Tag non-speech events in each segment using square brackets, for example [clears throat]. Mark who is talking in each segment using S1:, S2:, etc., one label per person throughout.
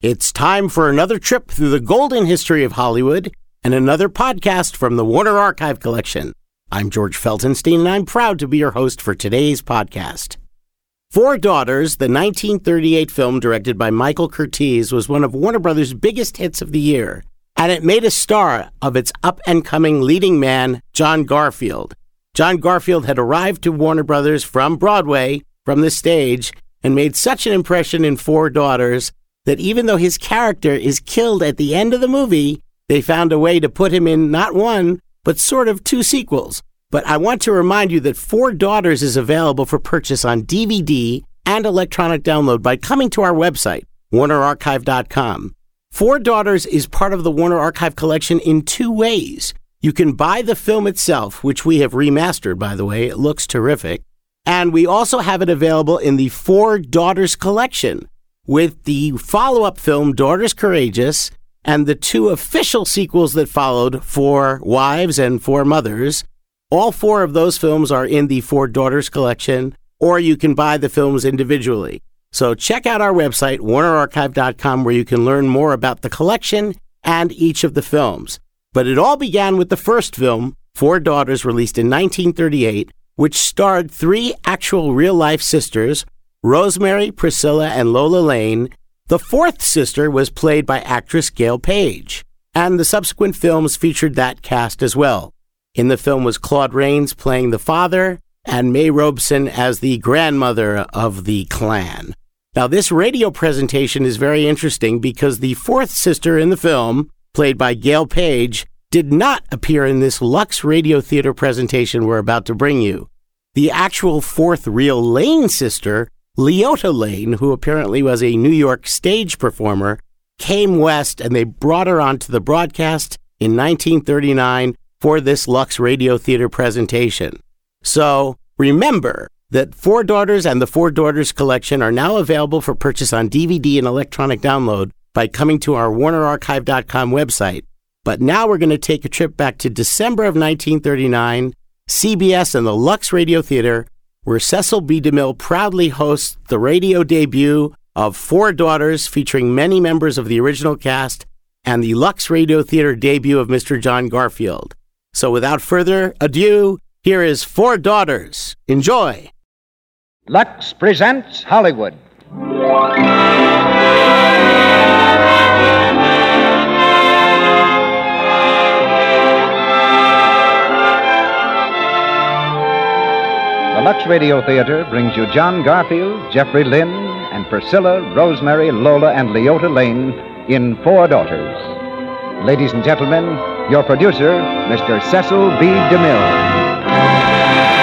S1: It's time for another trip through the golden history of Hollywood and another podcast from the Warner Archive Collection. I'm George Feltenstein, and I'm proud to be your host for today's podcast. Four Daughters, the 1938 film directed by Michael Curtiz, was one of Warner Brothers' biggest hits of the year, and it made a star of its up and coming leading man, John Garfield. John Garfield had arrived to Warner Brothers from Broadway, from the stage, and made such an impression in Four Daughters that even though his character is killed at the end of the movie, they found a way to put him in not one, but sort of two sequels. But I want to remind you that Four Daughters is available for purchase on DVD and electronic download by coming to our website, warnerarchive.com. Four Daughters is part of the Warner Archive collection in two ways. You can buy the film itself, which we have remastered, by the way. It looks terrific. And we also have it available in the Four Daughters collection with the follow up film Daughters Courageous and the two official sequels that followed Four Wives and Four Mothers. All four of those films are in the Four Daughters collection, or you can buy the films individually. So check out our website, warnerarchive.com, where you can learn more about the collection and each of the films. But it all began with the first film, Four Daughters, released in 1938, which starred three actual real life sisters Rosemary, Priscilla, and Lola Lane. The fourth sister was played by actress Gail Page, and the subsequent films featured that cast as well. In the film was Claude Rains playing the father and May Robeson as the grandmother of the clan. Now, this radio presentation is very interesting because the fourth sister in the film, played by Gail Page, did not appear in this Lux Radio Theater presentation we're about to bring you. The actual fourth real Lane sister Leota Lane, who apparently was a New York stage performer, came west and they brought her onto the broadcast in 1939 for this Lux Radio Theater presentation. So remember that Four Daughters and the Four Daughters Collection are now available for purchase on DVD and electronic download by coming to our WarnerArchive.com website. But now we're going to take a trip back to December of 1939, CBS and the Lux Radio Theater where Cecil B. DeMille proudly hosts the radio debut of Four Daughters, featuring many members of the original cast, and the Lux Radio Theater debut of Mr. John Garfield. So without further ado, here is Four Daughters. Enjoy!
S2: Lux presents Hollywood. The Lux Radio Theater brings you John Garfield, Jeffrey Lynn, and Priscilla, Rosemary, Lola, and Leota Lane in Four Daughters. Ladies and gentlemen, your producer, Mr. Cecil B. DeMille.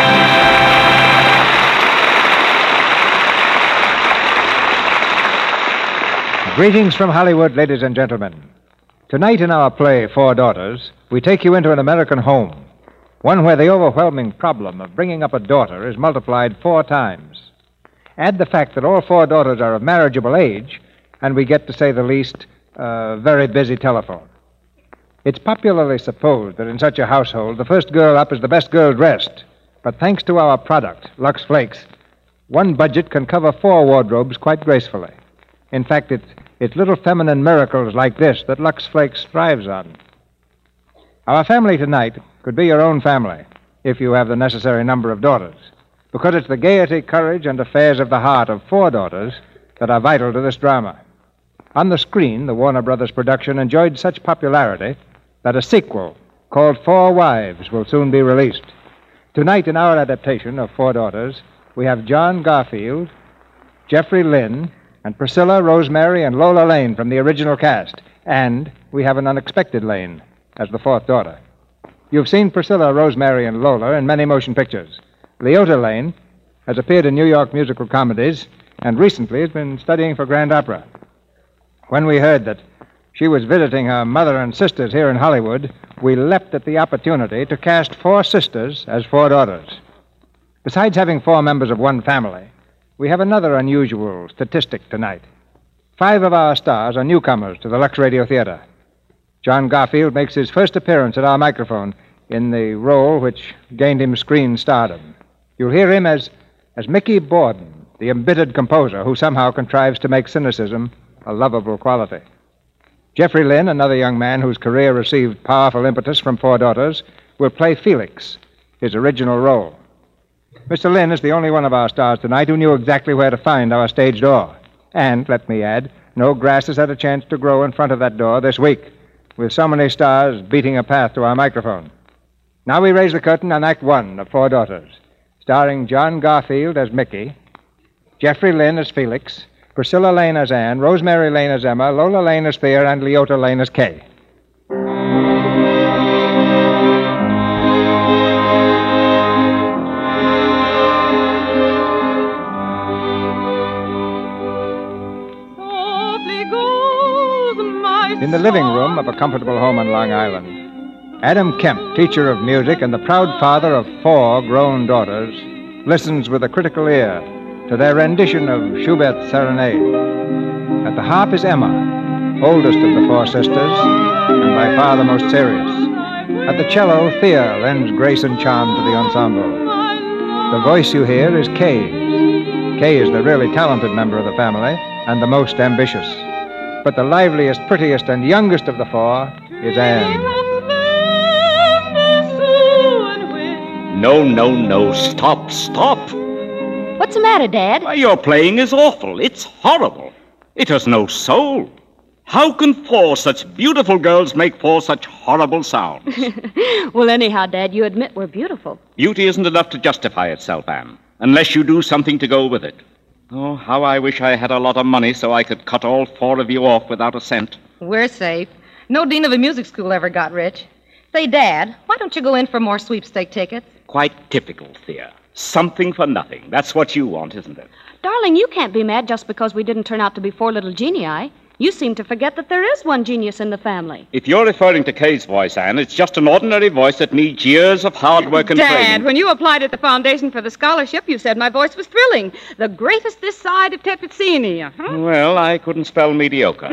S2: Greetings from Hollywood, ladies and gentlemen. Tonight in our play, Four Daughters, we take you into an American home one where the overwhelming problem of bringing up a daughter is multiplied four times. Add the fact that all four daughters are of marriageable age, and we get, to say the least, a very busy telephone. It's popularly supposed that in such a household, the first girl up is the best girl dressed. But thanks to our product, Lux Flakes, one budget can cover four wardrobes quite gracefully. In fact, it's, it's little feminine miracles like this that Lux Flakes thrives on. Our family tonight could be your own family if you have the necessary number of daughters, because it's the gaiety, courage, and affairs of the heart of four daughters that are vital to this drama. On the screen, the Warner Brothers production enjoyed such popularity that a sequel called Four Wives will soon be released. Tonight, in our adaptation of Four Daughters, we have John Garfield, Jeffrey Lynn, and Priscilla, Rosemary, and Lola Lane from the original cast. And we have an unexpected Lane as the fourth daughter. You've seen Priscilla, Rosemary, and Lola in many motion pictures. Leota Lane has appeared in New York musical comedies and recently has been studying for Grand Opera. When we heard that she was visiting her mother and sisters here in Hollywood, we leapt at the opportunity to cast four sisters as four daughters. Besides having four members of one family, we have another unusual statistic tonight. Five of our stars are newcomers to the Lux Radio Theater. John Garfield makes his first appearance at our microphone in the role which gained him screen stardom. You'll hear him as, as Mickey Borden, the embittered composer who somehow contrives to make cynicism a lovable quality. Jeffrey Lynn, another young man whose career received powerful impetus from Four Daughters, will play Felix, his original role. Mr. Lynn is the only one of our stars tonight who knew exactly where to find our stage door. And, let me add, no grass has had a chance to grow in front of that door this week, with so many stars beating a path to our microphone. Now we raise the curtain on Act One of Four Daughters, starring John Garfield as Mickey, Jeffrey Lynn as Felix, Priscilla Lane as Anne, Rosemary Lane as Emma, Lola Lane as Thea, and Leota Lane as Kay. In the living room of a comfortable home on Long Island, Adam Kemp, teacher of music and the proud father of four grown daughters, listens with a critical ear to their rendition of Schubert's Serenade. At the harp is Emma, oldest of the four sisters, and by far the most serious. At the cello, Thea lends grace and charm to the ensemble. The voice you hear is Kay's. Kay is the really talented member of the family and the most ambitious but the liveliest, prettiest, and youngest of the four is Anne.
S3: No, no, no. Stop, stop.
S4: What's the matter, Dad?
S3: Why, your playing is awful. It's horrible. It has no soul. How can four such beautiful girls make four such horrible sounds?
S4: [laughs] well, anyhow, Dad, you admit we're beautiful.
S3: Beauty isn't enough to justify itself, Anne, unless you do something to go with it. Oh, how I wish I had a lot of money so I could cut all four of you off without a cent.
S5: We're safe. No dean of a music school ever got rich. Say, Dad, why don't you go in for more sweepstake tickets?
S3: Quite typical, Thea. Something for nothing. That's what you want, isn't it?
S4: Darling, you can't be mad just because we didn't turn out to be four little genii. You seem to forget that there is one genius in the family.
S3: If you're referring to Kay's voice, Anne, it's just an ordinary voice that needs years of hard work and
S5: Dad,
S3: training.
S5: when you applied at the foundation for the scholarship, you said my voice was thrilling. The greatest this side of Tepizzini. Huh?
S3: Well, I couldn't spell mediocre.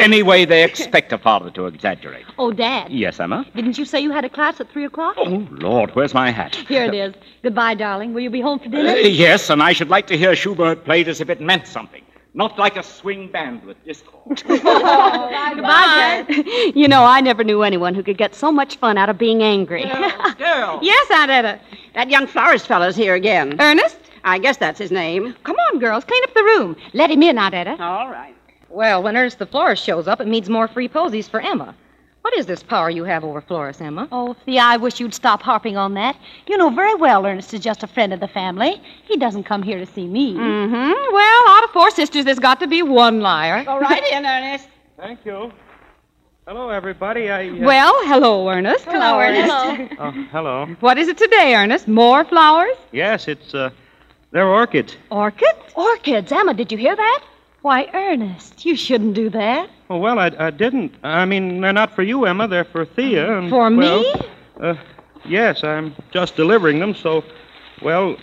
S3: anyway, they expect a father to exaggerate.
S4: Oh, Dad.
S3: Yes, Emma?
S4: Didn't you say you had a class at 3 o'clock?
S3: Oh, Lord, where's my hat?
S4: Here it is. Goodbye, darling. Will you be home for dinner?
S3: Uh, yes, and I should like to hear Schubert played as if it meant something not like a swing band with discord. oh,
S4: [laughs] bye, bye. Dad. [laughs] You know, I never knew anyone who could get so much fun out of being angry.
S6: Girl, girl.
S5: yes, Aunt Etta.
S6: That young florist fellow's here again.
S5: Ernest?
S6: I guess that's his name.
S5: Come on, girls, clean up the room. Let him in, Aunt Etta.
S6: All right.
S5: Well, when Ernest the florist shows up, it means more free posies for Emma. What is this power you have over Florence, Emma?
S7: Oh, Thea, I wish you'd stop harping on that. You know very well Ernest is just a friend of the family. He doesn't come here to see me.
S5: Mm-hmm. Well, out of four sisters, there's got to be one liar.
S6: Go right in, Ernest.
S8: Thank you. Hello, everybody. I, uh...
S5: [laughs] Well, hello, Ernest.
S6: Hello, hello
S8: [laughs]
S6: Ernest.
S8: Hello. oh, hello.
S5: What is it today, Ernest? More flowers?
S8: Yes, it's, uh, they're orchids.
S5: Orchids?
S6: Oh.
S4: Orchids. Emma, did you hear that?
S7: Why, Ernest, you shouldn't do that.
S8: Oh, well, I, I didn't. I mean, they're not for you, Emma. They're for Thea. And,
S5: for
S8: well,
S5: me?
S8: Uh, yes, I'm just delivering them, so, well,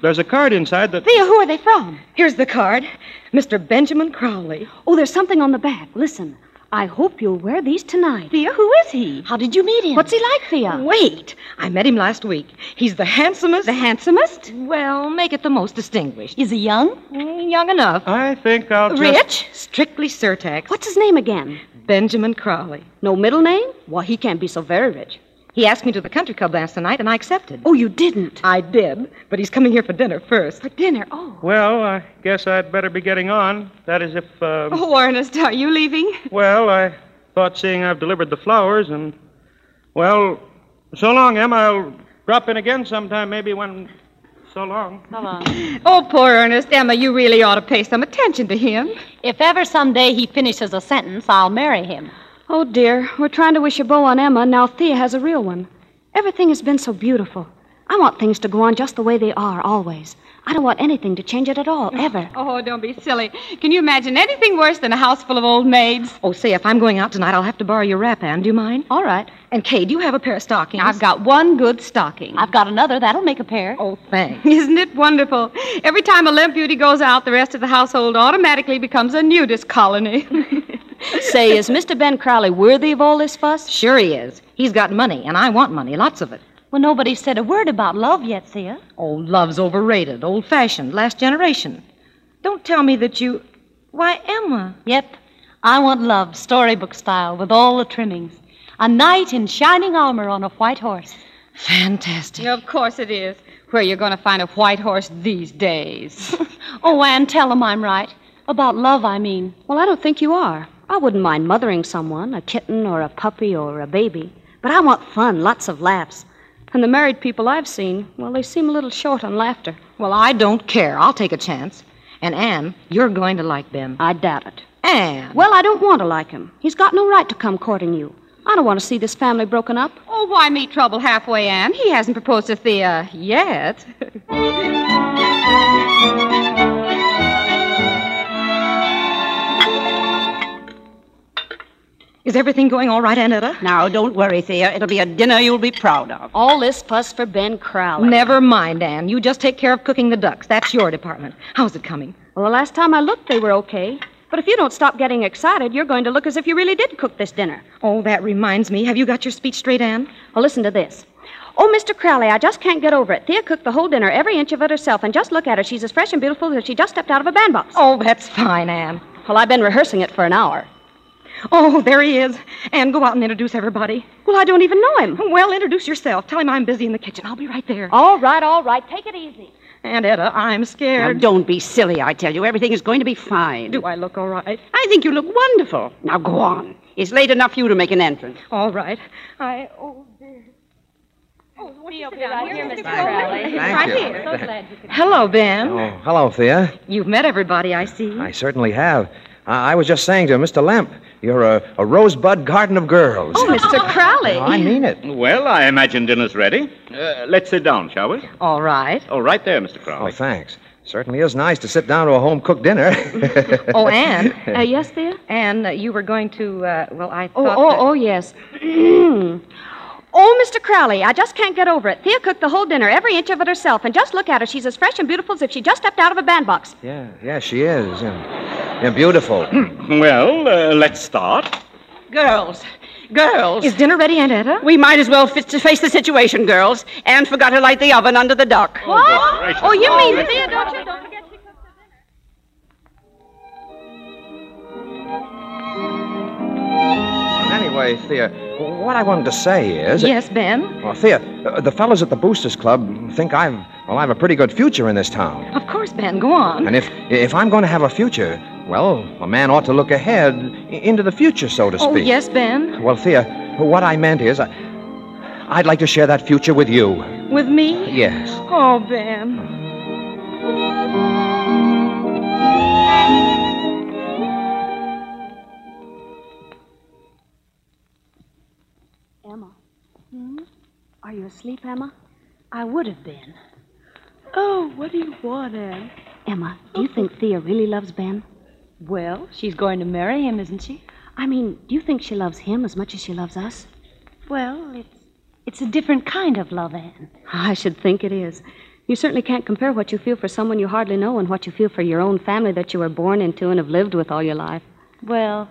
S8: there's a card inside that.
S5: Thea, who are they from? Here's the card Mr. Benjamin Crowley.
S4: Oh, there's something on the back. Listen. I hope you'll wear these tonight.
S5: Thea, who is he?
S4: How did you meet him?
S5: What's he like, Thea? Wait. I met him last week. He's the handsomest.
S4: The handsomest?
S5: Well, make it the most distinguished.
S4: Is he young?
S5: Mm, young enough.
S8: I think I'll just...
S5: Rich? Strictly Surtax.
S4: What's his name again?
S5: Benjamin Crowley.
S4: No middle name? Well, he can't be so very rich.
S5: He asked me to the country club last night, and I accepted.
S4: Oh, you didn't?
S5: I did, but he's coming here for dinner first.
S4: For dinner? Oh.
S8: Well, I guess I'd better be getting on. That is, if. Uh...
S5: Oh, Ernest, are you leaving?
S8: Well, I thought seeing I've delivered the flowers, and. Well, so long, Em. I'll drop in again sometime, maybe when. So long.
S4: So long.
S5: oh, poor Ernest. Emma, you really ought to pay some attention to him.
S7: If ever someday he finishes a sentence, I'll marry him.
S4: Oh, dear. We're trying to wish a bow on Emma, now Thea has a real one. Everything has been so beautiful. I want things to go on just the way they are, always. I don't want anything to change it at all, ever.
S5: oh, don't be silly. Can you imagine anything worse than a house full of old maids?
S6: Oh, say, if I'm going out tonight, I'll have to borrow your wrap, Anne. Do you mind?
S5: All right.
S6: And, Kay, do you have a pair of stockings?
S5: I've got one good stocking.
S7: I've got another. That'll make a pair.
S6: Oh, thanks.
S5: Isn't it wonderful? Every time a limp beauty goes out, the rest of the household automatically becomes a nudist colony. [laughs]
S4: Say, is Mr. Ben Crowley worthy of all this fuss?
S6: Sure he is. He's got money, and I want money, lots of it.
S7: Well, nobody said a word about love yet, Thea.
S6: Oh, love's overrated, old fashioned, last generation. Don't tell me that you. Why, Emma.
S7: Yep. I want love, storybook style, with all the trimmings. A knight in shining armor on a white horse.
S6: Fantastic.
S5: Of course it is. Where you're going to find a white horse these days. [laughs]
S7: Oh, Anne, tell them I'm right. About love, I mean.
S4: Well, I don't think you are. I wouldn't mind mothering someone, a kitten or a puppy or a baby. But I want fun, lots of laughs. And the married people I've seen, well, they seem a little short on laughter.
S6: Well, I don't care. I'll take a chance. And Anne, you're going to like them.
S4: I doubt it.
S6: Anne.
S4: Well, I don't want to like him. He's got no right to come courting you. I don't want to see this family broken up.
S5: oh, why meet trouble halfway, Anne? He hasn't proposed to Thea yet.
S6: Is everything going all right, Annetta?
S9: Now, don't worry, Thea. It'll be a dinner you'll be proud of.
S4: [laughs] All this fuss for Ben Crowley.
S6: Never mind, Anne. You just take care of cooking the ducks. That's your department. How's it coming?
S4: Well, the last time I looked, they were okay. But if you don't stop getting excited, you're going to look as if you really did cook this dinner.
S6: Oh, that reminds me. Have you got your speech straight, Anne?
S4: Well, listen to this. Oh, Mr. Crowley, I just can't get over it. Thea cooked the whole dinner, every inch of it herself, and just look at her. She's as fresh and beautiful as she just stepped out of a bandbox.
S6: Oh, that's fine, Anne.
S4: Well, I've been rehearsing it for an hour.
S6: Oh, there he is. Anne, go out and introduce everybody.
S4: Well, I don't even know him.
S6: Well, introduce yourself. Tell him I'm busy in the kitchen. I'll be right there.
S4: All right, all right. Take it easy.
S6: Aunt Etta, I'm
S9: Now,
S6: scared.
S9: don't be silly, I tell you. Everything is going to be fine.
S6: Do I look all right?
S9: I think you look wonderful. Now, go on. It's late enough for you to make an entrance.
S6: All right. I. Oh, dear.
S10: Thank you.
S6: Hello, Ben.
S10: Oh, hello, Thea.
S6: You've met everybody, I see.
S10: I certainly have. I, I was just saying to Mr. Lamp, you're a, a rosebud garden of girls.
S6: Oh, Mr. Crowley.
S10: I mean it.
S3: Well, I imagine dinner's ready. Uh, let's sit down, shall we?
S6: All right.
S3: Oh, right there, Mr.
S10: Oh,
S3: Crowley.
S10: thanks. Certainly is nice to sit down to a home cooked dinner. [laughs]
S6: Oh, Anne.
S4: Uh, yes, Thea?
S6: Anne, uh, you were going to, uh, well, I
S4: Oh,
S6: thought.
S4: oh, oh, yes. [clears throat] oh, Mr. Crowley, I just can't get over it. Thea cooked the whole dinner, every inch of it herself, and just look at her. She's as fresh and beautiful as if she just stepped out of a bandbox.
S10: yeah, yeah, she is. Yeah, yeah beautiful.
S3: Well, uh, let's start.
S9: Girls, girls.
S6: that- Is dinner ready, Aunt Etta?
S9: we might as well fit to face the situation, girls. Anne forgot to light the oven under the duck.
S3: What?
S4: Oh, you mean Thea, don't you? Don't forget.
S10: anyway, Thea, what I wanted to say is.
S6: Yes, Ben.
S10: Well, Thea, uh, the fellows at the Boosters Club think I've, well, I've a pretty good future in this town.
S6: Of course, Ben. Go on.
S10: And if if I'm going to have a future, well, a man ought to look ahead i- into the future, so to speak.
S6: Oh, yes, Ben.
S10: Well, Thea, what I meant is, I, I'd like to share that future with you.
S6: With me?
S10: Yes.
S6: Oh, Ben.
S4: Emma.
S7: Hmm?
S4: Are you asleep, Emma? I would have been.
S11: Oh, what do you want, Anne?
S4: Emma, do you think Thea really loves Ben?
S11: Well,
S7: She's going to marry him, isn't she?
S4: I mean, do you think she loves him as much as she loves us?
S11: well, it's
S7: It's a different kind of love, Anne.
S4: Ah, I should think it is. You certainly can't compare what you feel for someone you hardly know and what you feel for your own family that you were born into and have lived with all your life.
S7: Well,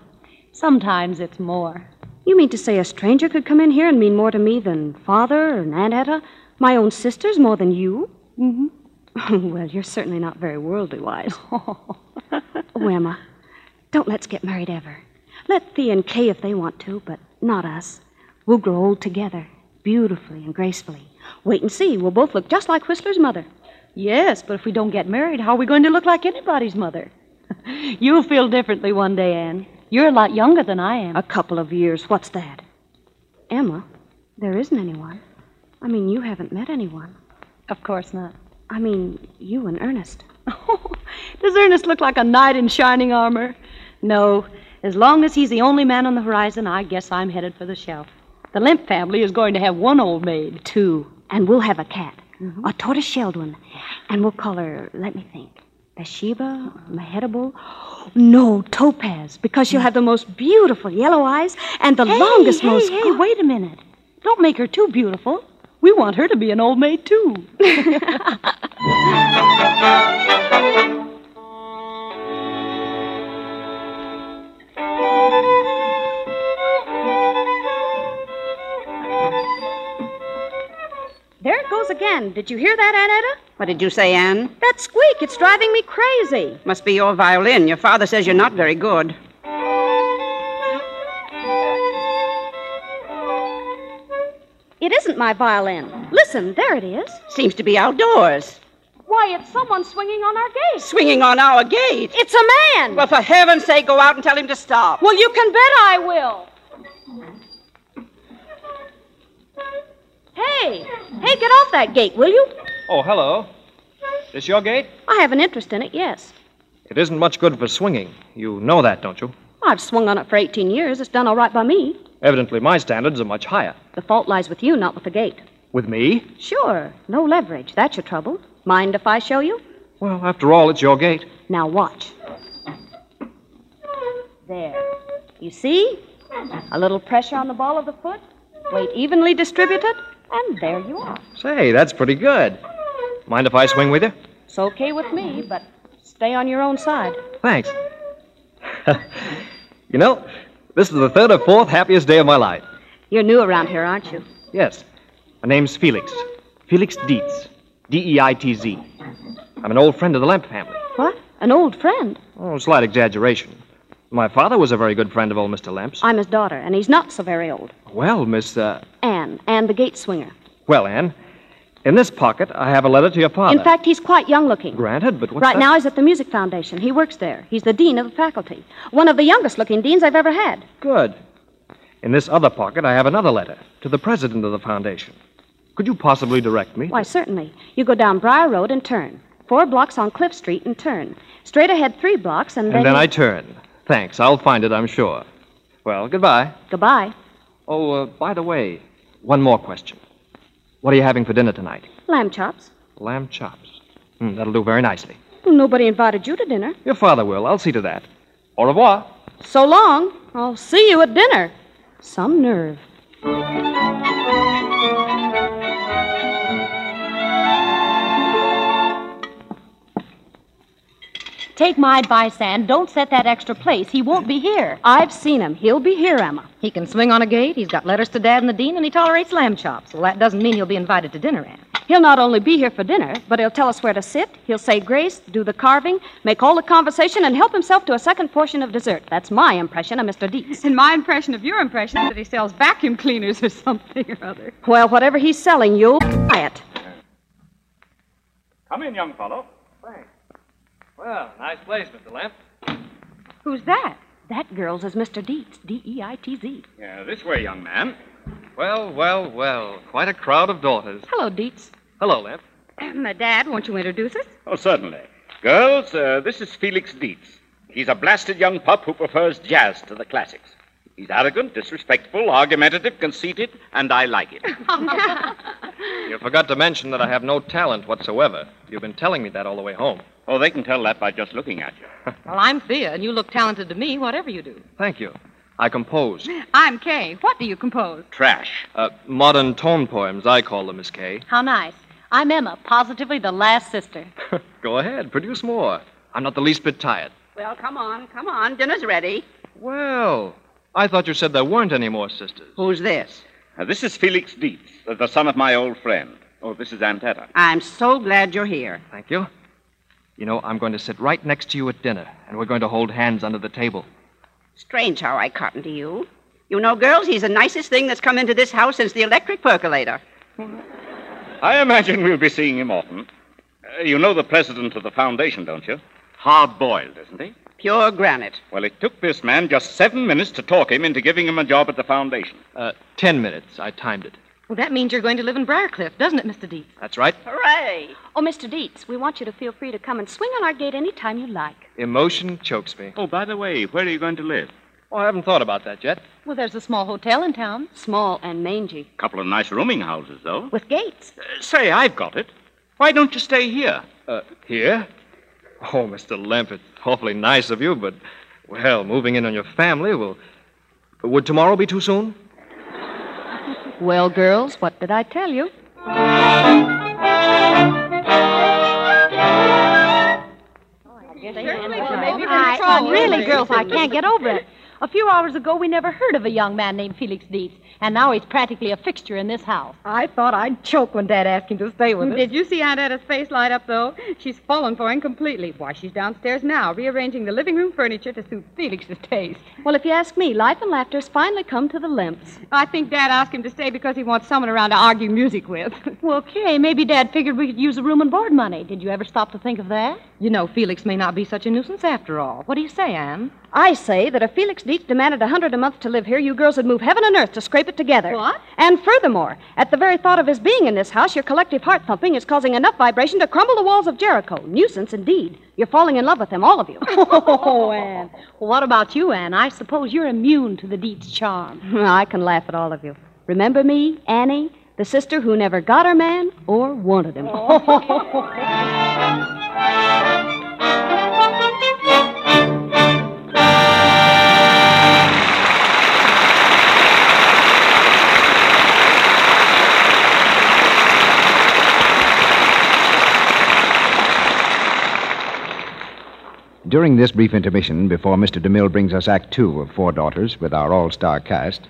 S7: sometimes it's more.
S4: You mean to say a stranger could come in here and mean more to me than father and Aunt Etta? My own sisters more than you? [laughs] Mm-hmm. well, you're certainly not very worldly
S7: [laughs]
S4: wise. oh, Emma, don't let's get married ever. Let Thea and Kay if they want to, but not us. We'll grow old together, beautifully and gracefully. Wait and see. We'll both look just like Whistler's mother.
S7: Yes, but if we don't get married, how are we going to look like anybody's mother? You'll feel differently one day, Anne. You're a lot younger than I am.
S4: A couple of years. What's that? Emma, there isn't anyone. I mean, you haven't met anyone.
S7: Of course not.
S4: I mean, you and Ernest.
S7: [laughs] Does Ernest look like a knight in shining armor? No. As long as he's the only man on the horizon, I guess I'm headed for the shelf. The Limp family is going to have one old maid.
S4: Two. And we'll have a cat. A tortoise-shelled one. And we'll call her, let me think, Bathsheba, Mehedable. No, Topaz, because she'll have the most beautiful yellow eyes and the longest,
S7: hey,
S4: most...
S7: Hey, wait a minute. Don't make her too beautiful. We want her to be an old
S4: [laughs]
S7: maid, too. [laughs]
S4: There it goes again. Did you hear that, Aunt Etta?
S9: What did you say, Anne?
S4: That squeak, it's driving me crazy.
S9: Must be your violin. Your father says you're not very good.
S4: It isn't my violin. Listen, there it is.
S9: Seems to be outdoors.
S4: Why, it's someone swinging on our gate.
S9: Swinging on our gate.
S4: It's a man.
S9: Well, for heaven's sake, go out and tell him to stop.
S4: Well, you can bet I will. Hey, hey, get off that gate, will you?
S10: Oh, hello. This your gate?
S4: I have an interest in it, yes.
S10: It isn't much good for swinging. You know that, don't you?
S4: I've swung on it for 18 years. It's done all right by me.
S10: Evidently, my standards are much higher.
S4: The fault lies with you, not with the gate.
S10: With me?
S4: Sure, no leverage. That's your trouble. Mind if I show you?
S10: Well, after all, it's your gate.
S4: Now watch. There. You see? A little pressure on the ball of the foot, weight evenly distributed, and there you are.
S10: Say, that's pretty good. Mind if I swing with you?
S4: It's okay with me, but stay on your own side.
S10: Thanks. [laughs] you know, this is the third or fourth happiest day of my life.
S4: You're new around here, aren't you?
S10: Yes. My name's Felix. Felix Dietz. D E I T Z. I'm an old friend of the Lamp family.
S4: What? An old friend?
S10: Oh, slight exaggeration. My father was a very good friend of old Mr. Lamp's.
S4: I'm his daughter, and he's not so very old.
S10: Well, Miss. Uh...
S4: Anne, Anne the gate swinger.
S10: Well, Anne, in this pocket I have a letter to your father.
S4: In fact, he's quite young looking.
S10: Granted, but what's
S4: right
S10: that?
S4: now he's at the Music Foundation. He works there. He's the dean of the faculty. One of the youngest looking deans I've ever had.
S10: Good. In this other pocket I have another letter to the president of the foundation. Could you possibly direct me?
S4: Why, certainly. You go down Briar Road and turn. Four blocks on Cliff Street and turn. Straight ahead three blocks and then.
S10: And then I turn. Thanks. I'll find it, I'm sure. Well, goodbye.
S4: Goodbye.
S10: Oh, uh, by the way, one more question. What are you having for dinner tonight?
S4: Lamb chops.
S10: Lamb chops. Hmm, that'll do very nicely.
S4: Well, nobody invited you to dinner.
S10: Your father will. I'll see to that. Au revoir.
S4: So long. I'll see you at dinner. Some nerve.
S6: Take my advice, Anne. Don't set that extra place. He won't be here.
S4: I've seen him. He'll be here, Emma.
S6: He can swing on a gate. He's got letters to Dad and the Dean, and he tolerates lamb chops. Well, that doesn't mean he'll be invited to dinner, Anne.
S4: He'll not only be here for dinner, but he'll tell us where to sit. He'll say grace, do the carving, make all the conversation, and help himself to a second portion of dessert. That's my impression of Mr. Deeks.
S11: And my impression of your impression is that he sells vacuum
S5: [laughs]
S11: cleaners or something or other.
S4: Well, whatever he's selling, you'll buy it.
S12: Come in, young fellow.
S10: Thanks. Well, nice place, Mr. Lamp.
S4: Who's that? That girl's is Mr. Dietz, D E I T Z.
S12: Yeah, this way, young man.
S10: Well, well, well. Quite a crowd of daughters.
S4: Hello, Dietz.
S10: Hello, Lamp.
S5: Uh, My dad, won't you introduce us?
S12: Oh, certainly. Girls, uh, this is Felix Dietz. He's a blasted young pup who prefers jazz to the classics. He's arrogant, disrespectful, argumentative, conceited, and I like it.
S4: Oh,
S10: You forgot to mention that I have no talent whatsoever. You've been telling me that all the way home.
S12: Oh, they can tell that by just looking at you.
S6: Well, I'm Thea, and you look talented to me, whatever you do.
S10: Thank you. I compose.
S11: I'm Kay. What do you compose?
S12: Trash.
S10: Uh, modern tone poems, I call them, Miss Kay.
S7: How nice. I'm Emma, positively the last sister.
S10: Go ahead, produce more. I'm not the least bit tired.
S9: Well, come on, come on. Dinner's ready.
S10: Well, I thought you said there weren't any more sisters.
S9: Who's this?
S12: Uh, this is Felix Dietz, uh, the son of my old friend. Oh, this is Aunt Etta.
S9: I'm so glad you're here.
S10: Thank you. You know, I'm going to sit right next to you at dinner, and we're going to hold hands under the table.
S9: Strange how I cotton to you. You know, girls, he's the nicest thing that's come into this house since the electric percolator.
S12: I imagine we'll be seeing him often. Uh, you know the president of the foundation, don't you? Hard boiled, isn't he?
S9: Pure granite.
S12: Well, it took this man just seven minutes to talk him into giving him a job at the foundation.
S10: Uh, ten minutes. I timed it.
S6: Well, that means you're going to live in Briarcliff, doesn't it, Mr. Deep?
S10: That's right.
S9: Hooray!
S4: Oh, Mr. Dietz, we want you to feel free to come and swing on our gate any time you like.
S10: Emotion chokes me.
S12: Oh, by the way, where are you going to live?
S10: Oh, I haven't thought about that yet.
S6: Well, there's a small hotel in town.
S4: Small and mangy.
S12: A couple of nice rooming houses, though.
S4: With gates.
S12: Uh, say, I've got it. Why don't you stay here?
S10: Uh, here? Oh, Mr. Lamp, it's awfully nice of you, but, well, moving in on your family will. Would tomorrow be too soon?
S4: Well, girls, what did I tell you?
S11: Maybe we're in trouble.
S4: really, girls, I can't get over it.
S7: A few hours ago, we never heard of a young man named Felix Dietz, and now he's practically a fixture in this house.
S6: I thought I'd choke when Dad asked him to stay with us.
S5: Did you see Aunt Etta's face light up, though? She's fallen for him completely. Why, she's downstairs now, rearranging the living room furniture to suit Felix's taste.
S4: Well, if you ask me, life and laughter's finally come to the limps.
S5: I think Dad asked him to stay because he wants someone around to argue
S7: [laughs]
S5: music with.
S7: Well, okay, maybe Dad figured we could use the room and board money. Did you ever stop to think of that?
S6: You know, Felix may not be such a nuisance after all. What do you say, Anne?
S4: I say that if Felix Dietz demanded a hundred a month to live here, you girls would move heaven and earth to scrape it together.
S5: What?
S4: And furthermore, at the very thought of his being in this house, your collective heart thumping is causing enough vibration to crumble the walls of Jericho. Nuisance indeed. You're falling in love with [laughs] him, all of you.
S7: [laughs] Oh, Anne. Well, what about you, Anne? I suppose you're immune to the Dietz charm.
S4: I can laugh at all of you. Remember me, Annie, the sister who never got her man or wanted him.
S13: During this brief intermission, before Mr. DeMille brings us Act Two of Four Daughters with our all star cast,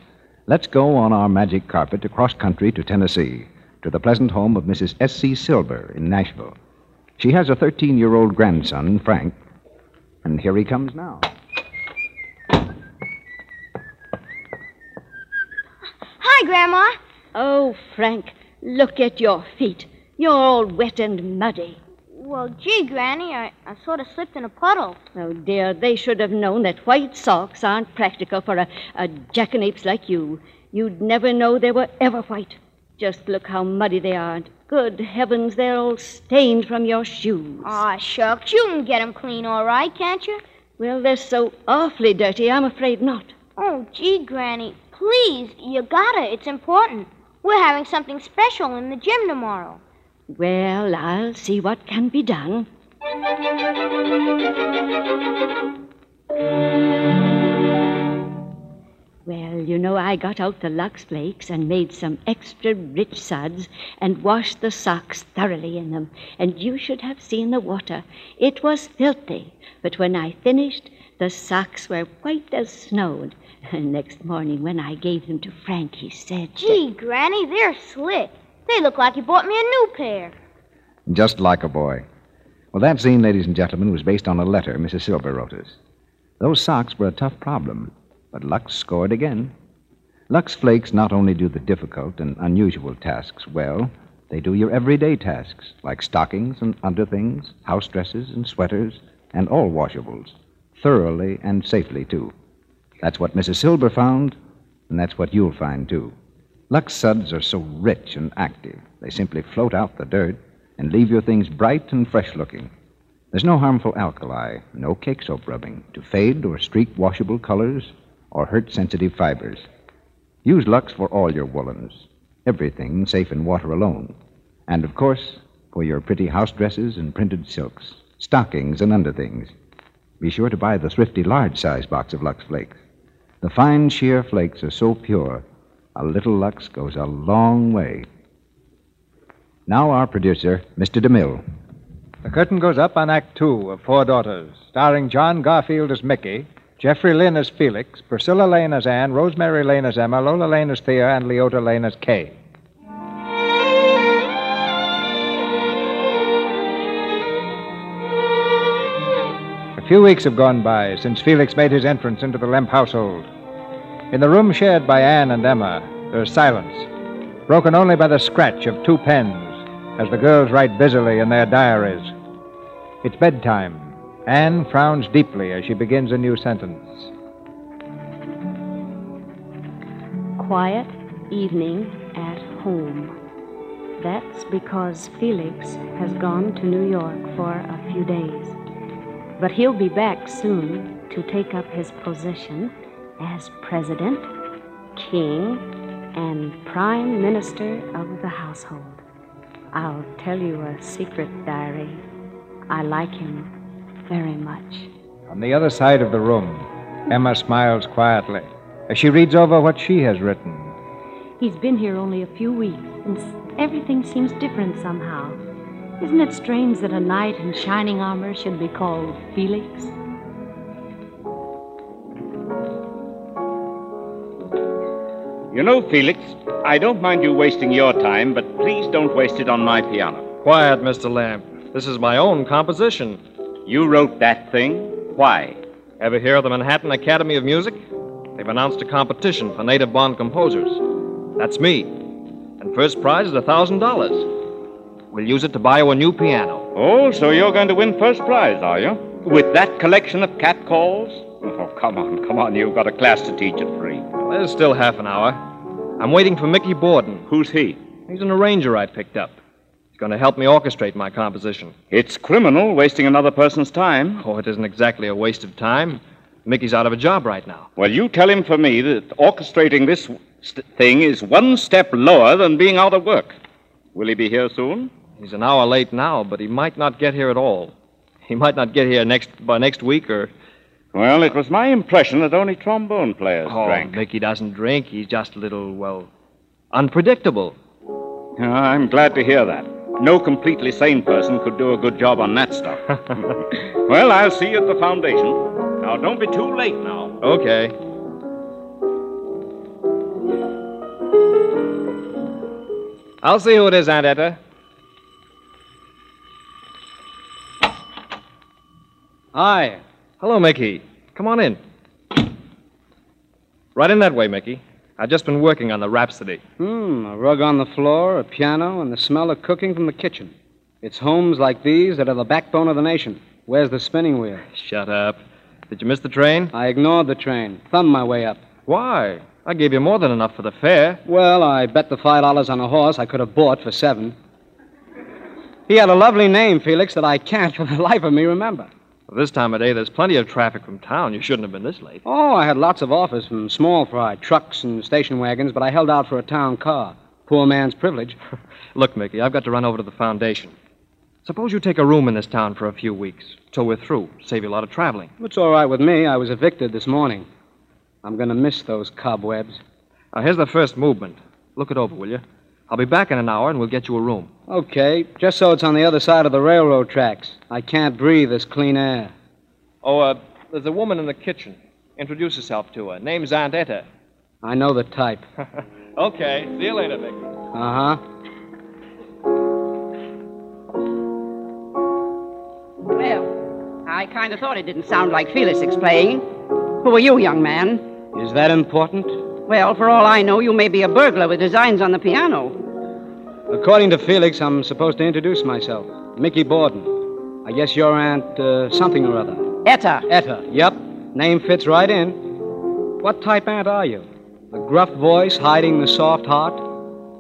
S13: let's go on our magic carpet across country to Tennessee, to the pleasant home of Mrs. S.C. Silver in Nashville. She has a 13 year old grandson, Frank, and here he comes now.
S14: Hi, Grandma.
S15: Oh, Frank, look at your feet. You're all wet and muddy.
S14: Well, gee, Granny, I, I sort of slipped in a puddle.
S15: Oh, dear, they should have known that white socks aren't practical for a, a jackanapes like you. You'd never know they were ever white. Just look how muddy they are. and Good heavens, they're all stained from your shoes.
S14: Aw, shucks, you can get 'em clean all right, can't you?
S15: Well, they're so awfully dirty, I'm afraid not.
S14: Oh, gee, Granny, please, you gotta. It's important. We're having something special in the gym tomorrow.
S15: Well, I'll see what can be done. Well, you know, I got out the Lux Flakes and made some extra rich suds and washed the socks thoroughly in them. And you should have seen the water. It was filthy. But when I finished, the socks were white as snow. [laughs] And next morning, when I gave them to Frank, he said,
S14: Gee, Granny, they're slick. They look like you bought me a new pair.
S13: Just like a boy. Well, that scene, ladies and gentlemen, was based on a letter Mrs. Silver wrote us. Those socks were a tough problem, but Lux scored again. Lux Flakes not only do the difficult and unusual tasks well, they do your everyday tasks, like stockings and underthings, house dresses and sweaters, and all washables, thoroughly and safely, too. That's what Mrs. Silver found, and that's what you'll find, too. Lux suds are so rich and active, they simply float out the dirt and leave your things bright and fresh looking. There's no harmful alkali, no cake soap rubbing to fade or streak washable colors or hurt sensitive fibers. Use Lux for all your woolens, everything safe in water alone, and of course, for your pretty house dresses and printed silks, stockings and underthings. Be sure to buy the thrifty large size box of Lux Flakes. The fine sheer flakes are so pure, a little Lux goes a long way. Now, our producer, Mr. DeMille. The curtain goes up on Act Two of Four Daughters, starring John Garfield as Mickey, Jeffrey Lynn as Felix, Priscilla Lane as Anne, Rosemary Lane as Emma, Lola Lane as Thea, and Leota Lane as Kay. A few weeks have gone by since Felix made his entrance into the Lemp household. In the room shared by Anne and Emma, there is silence, broken only by the scratch of two pens as the girls write busily in their diaries. It's bedtime. Anne frowns deeply as she begins a new sentence.
S4: Quiet evening at home. That's because Felix has gone to New York for a few days. But he'll be back soon to take up his position as president, king, and prime minister of the household. I'll tell you a secret, diary. I like him very much.
S13: On the other side of the room, Emma smiles quietly as she reads over what she has written.
S4: He's been here only a few weeks, and s- everything seems different somehow. Isn't it strange that a knight in shining armor should be called Felix?
S3: You know, Felix, I don't mind you wasting your time, but please don't waste it on my piano.
S10: Quiet, Mr. Lamb. This is my own composition.
S3: You wrote that thing? Why?
S10: Ever hear of the Manhattan Academy of Music? They've announced a competition for native born composers. That's me. And first prize is $1,000. We'll use it to buy you a new piano.
S3: Oh, so you're going to win first prize, are you? With that collection of cat calls? Oh, come on, come on. You've got a class to teach at three.
S10: There's still half an hour. I'm waiting for Mickey Borden.
S3: Who's he?
S10: He's an arranger I picked up. He's going to help me orchestrate my composition.
S3: It's criminal wasting another person's time.
S10: Oh, it isn't exactly a waste of time. Mickey's out of a job right now.
S3: Well, you tell him for me that orchestrating this st- thing is one step lower than being out of work. Will he be here soon?
S10: He's an hour late now, but he might not get here at all. He might not get here next by next week or.
S3: Well, it was my impression that only trombone players
S10: oh,
S3: drank.
S10: Mickey doesn't drink. He's just a little, well, unpredictable.
S3: Ah, I'm glad to hear that. No completely sane person could do a good job on that
S10: [laughs]
S3: stuff. well, I'll see you at the foundation. Now, don't be too late now.
S10: Okay. I'll see who it is, Aunt Etta. Hi. Hello, Mickey. Come on in. Right in that way, Mickey. I've just been working on the Rhapsody.
S16: Hmm, a rug on the floor, a piano, and the smell of cooking from the kitchen. It's homes like these that are the backbone of the nation. Where's the spinning wheel?
S10: Shut up. Did you miss the train?
S16: I ignored the train. Thumbed my way up.
S10: Why? I gave you more than enough for the fare.
S16: Well, I bet the five dollars on a horse I could have bought for seven. He had a lovely name, Felix, that I can't [laughs] for the life of me remember.
S10: This time of day, there's plenty of traffic from town. You shouldn't have been this late.
S16: Oh, I had lots of offers from small fry, trucks, and station wagons, but I held out for a town car. Poor man's privilege.
S10: Look, Mickey, I've got to run over to the foundation. Suppose you take a room in this town for a few weeks till we're through. Save you a lot of traveling.
S16: It's all right with me. I was evicted this morning. I'm going to miss those cobwebs.
S10: Now, here's the first movement. Look it over, will you? I'll be back in an hour and we'll get you a room.
S16: Okay, just so it's on the other side of the railroad tracks. I can't breathe this clean air.
S10: Oh, uh, there's a woman in the kitchen. Introduce yourself to her. Name's Aunt Etta.
S16: I know
S10: [laughs]
S16: the type.
S10: Okay, see you later, Mickey.
S16: Uh huh.
S9: Well, I kind of thought it didn't sound like Felix is playing. Who are you, young man?
S16: Is that important?
S9: Well, for all I know, you may be a burglar with designs on the piano.
S16: According to Felix, I'm supposed to introduce myself. Mickey Borden. I guess your aunt uh, something or other.
S9: Etta.
S16: Etta, yep. Name fits right in. What type aunt are you? The gruff voice hiding the soft heart?